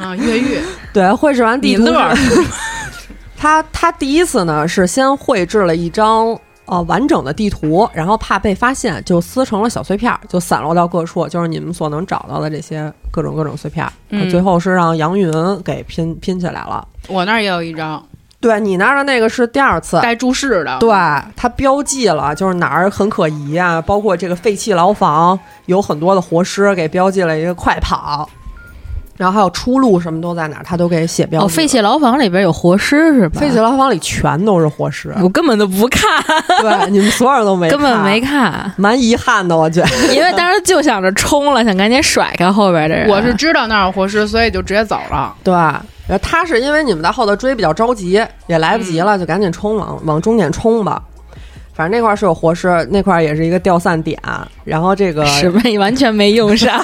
[SPEAKER 4] 啊，越 狱，
[SPEAKER 3] 对，绘制完地图
[SPEAKER 4] 米勒
[SPEAKER 3] 是， 他他第一次呢是先绘制了一张呃完整的地图，然后怕被发现，就撕成了小碎片儿，就散落到各处，就是你们所能找到的这些各种各种碎片儿。
[SPEAKER 4] 嗯
[SPEAKER 3] 最后是让杨云给拼拼起来了。
[SPEAKER 4] 我那儿也有一张
[SPEAKER 3] 对你那儿的那个是第二次，
[SPEAKER 4] 带注释的，
[SPEAKER 3] 对，它标记了，就是哪儿很可疑啊，包括这个废弃牢房有很多的活尸，给标记了一个快跑，然后还有出路什么都在哪儿，它都给写标记了。
[SPEAKER 5] 哦，废弃牢房里边有活尸是吧？，
[SPEAKER 3] 废弃牢房里全都是活尸
[SPEAKER 5] 我根本都不看，
[SPEAKER 3] 对，你们所有人都没，
[SPEAKER 5] 根本没，看，
[SPEAKER 3] 蛮遗憾的，我觉得。
[SPEAKER 5] 因为当时就想着冲了，想赶紧甩开后边的人。
[SPEAKER 4] 我是知道那儿有活尸，所以就直接走了。
[SPEAKER 3] 对，然后他是因为你们在后头追比较着急，也来不及了，就赶紧冲往往终点冲吧。反正那块儿是有活尸，那块儿也是一个掉散点，然后这个
[SPEAKER 5] 什么也完全没用上，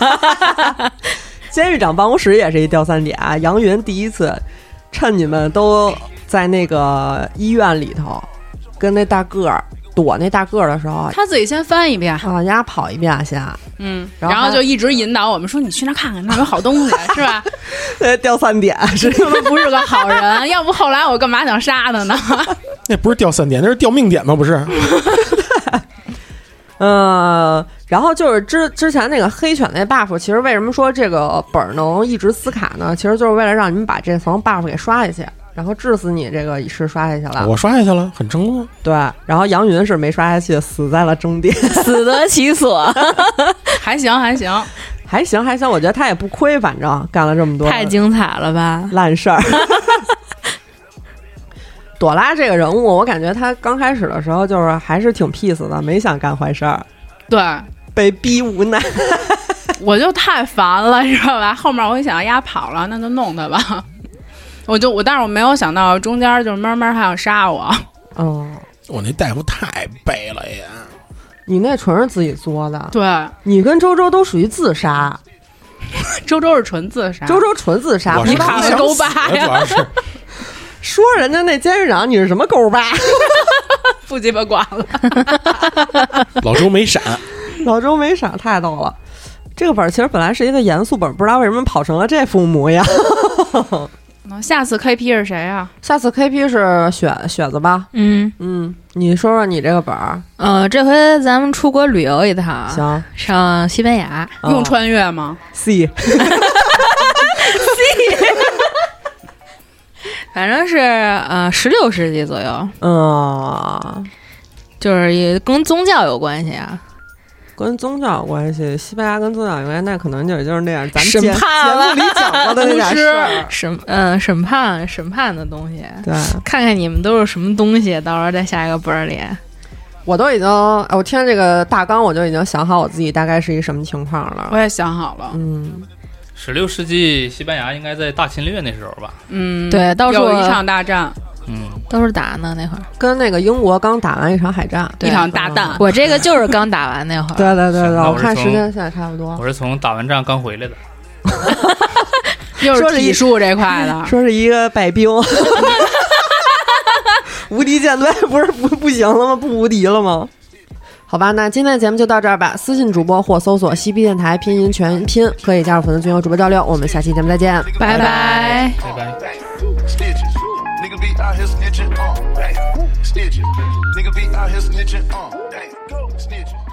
[SPEAKER 3] 监狱长办公室也是一吊三点。杨云第一次趁你们都在那个医院里头，跟那大个儿躲那大个儿的时候，
[SPEAKER 4] 他自己先翻一遍，
[SPEAKER 3] 啊，人家跑一遍先，
[SPEAKER 4] 嗯，
[SPEAKER 3] 然后
[SPEAKER 4] 然后就一直引导我们说：“你去那儿看看，那儿有好东西，是吧？
[SPEAKER 3] 呃，吊三点是
[SPEAKER 4] 他们不是个好人，要不后来我干嘛想杀他呢？
[SPEAKER 7] 那不是掉三点，那是掉命点吗？不是，
[SPEAKER 3] 嗯，然后就是之之前那个黑犬那 buff，其实为什么说这个本儿能一直撕卡呢？其实就是为了让你们把这层 buff 给刷下去，然后致死你这个也是刷下去了。
[SPEAKER 7] 我刷下去了，很成功。
[SPEAKER 3] 对，然后杨云是没刷下去，死在了终点，
[SPEAKER 5] 死得其所，
[SPEAKER 4] 还行还行，
[SPEAKER 3] 还行还行，我觉得他也不亏，反正干了这么多
[SPEAKER 5] 太精彩了吧？
[SPEAKER 3] 烂 事儿。朵拉这个人物，我感觉她刚开始的时候就是还是挺 peace 的，没想干坏事儿，
[SPEAKER 4] 对
[SPEAKER 3] 被逼无奈。
[SPEAKER 4] 我就太烦了， 知道吧？后面我一想，丫跑了，那就弄他吧。 我就我，但是我没有想到中间就是慢慢还想杀我，
[SPEAKER 3] 哦，
[SPEAKER 7] 我那大夫太背了也，
[SPEAKER 3] 你那纯是自己作的，
[SPEAKER 4] 对，
[SPEAKER 3] 你跟周周都属于自杀，
[SPEAKER 4] 周周是纯自杀，
[SPEAKER 3] 周周纯自杀。
[SPEAKER 7] 我是
[SPEAKER 3] 你把
[SPEAKER 7] 看
[SPEAKER 4] 看
[SPEAKER 7] 了
[SPEAKER 4] 了
[SPEAKER 7] 勾
[SPEAKER 4] 勾
[SPEAKER 7] 巴
[SPEAKER 4] 巴
[SPEAKER 7] 主
[SPEAKER 4] 呀
[SPEAKER 7] 要是
[SPEAKER 3] 说人家那监狱长你是什么狗 吧？
[SPEAKER 4] 不鸡巴管了。
[SPEAKER 7] 老周没闪，
[SPEAKER 3] 老周没傻，太逗了。这个本儿其实本来是一个严肃本儿，不知道为什么跑成了这副模样。
[SPEAKER 4] 那 下次 KP 是谁啊？
[SPEAKER 3] 下次 KP 是雪雪子吧？
[SPEAKER 5] 嗯，
[SPEAKER 3] 嗯，你说说你这个本儿
[SPEAKER 5] 呃，这回咱们出国旅游一趟，啊
[SPEAKER 3] 行？
[SPEAKER 5] 上西班牙，
[SPEAKER 4] 用穿越吗？
[SPEAKER 3] C，
[SPEAKER 5] 反正是呃十六世纪左右，
[SPEAKER 3] 嗯，
[SPEAKER 5] 就是也跟宗教有关系啊，
[SPEAKER 3] 跟宗教有关系，西班牙跟宗教有关系，那可能就也就是那样，咱们节
[SPEAKER 5] 审
[SPEAKER 3] 节
[SPEAKER 5] 判了
[SPEAKER 3] 目里讲
[SPEAKER 5] 哦
[SPEAKER 3] 过的那点事 儿。
[SPEAKER 5] 审呃审判审判的东西。
[SPEAKER 3] 对，
[SPEAKER 5] 看看你们都是什么东西，到时候在下一个本儿里。
[SPEAKER 3] 我都已经，哎我听这个大纲，我就已经想好我自己大概是一什么情况了
[SPEAKER 4] 我。也想好了，
[SPEAKER 3] 嗯，
[SPEAKER 6] 十六世纪西班牙应该在大侵略那时候吧？
[SPEAKER 4] 嗯，
[SPEAKER 5] 对到时候
[SPEAKER 4] 有一场大战，
[SPEAKER 6] 嗯，
[SPEAKER 5] 都是打呢那会儿，
[SPEAKER 3] 跟那个英国刚打完一场海战，
[SPEAKER 5] 对
[SPEAKER 4] 一场大战，
[SPEAKER 5] 我这个就是刚打完那会儿，
[SPEAKER 3] 对对对对，
[SPEAKER 6] 那
[SPEAKER 3] 我
[SPEAKER 6] 我是
[SPEAKER 3] 看时
[SPEAKER 6] 从
[SPEAKER 3] 间现在差不多。
[SPEAKER 6] 我是从打完仗刚回来的。
[SPEAKER 4] 又
[SPEAKER 3] 说
[SPEAKER 4] 是
[SPEAKER 3] 是一
[SPEAKER 4] 体术这块的，
[SPEAKER 3] 说是一个败兵，无敌舰队不是不不行了吗？不无敌了吗？好吧，那今天的节目就到这儿吧。私信主播或搜索“西 B 电台”拼音全拼，可以加入粉丝群和主播交流。我们下期节目再见。
[SPEAKER 4] 拜拜。
[SPEAKER 6] 拜拜。
[SPEAKER 8] Snitches. Nigga be out here snitching. Uh, damn. Snitches. Nigga be out here snitching. Uh, damn. Snitches. uh.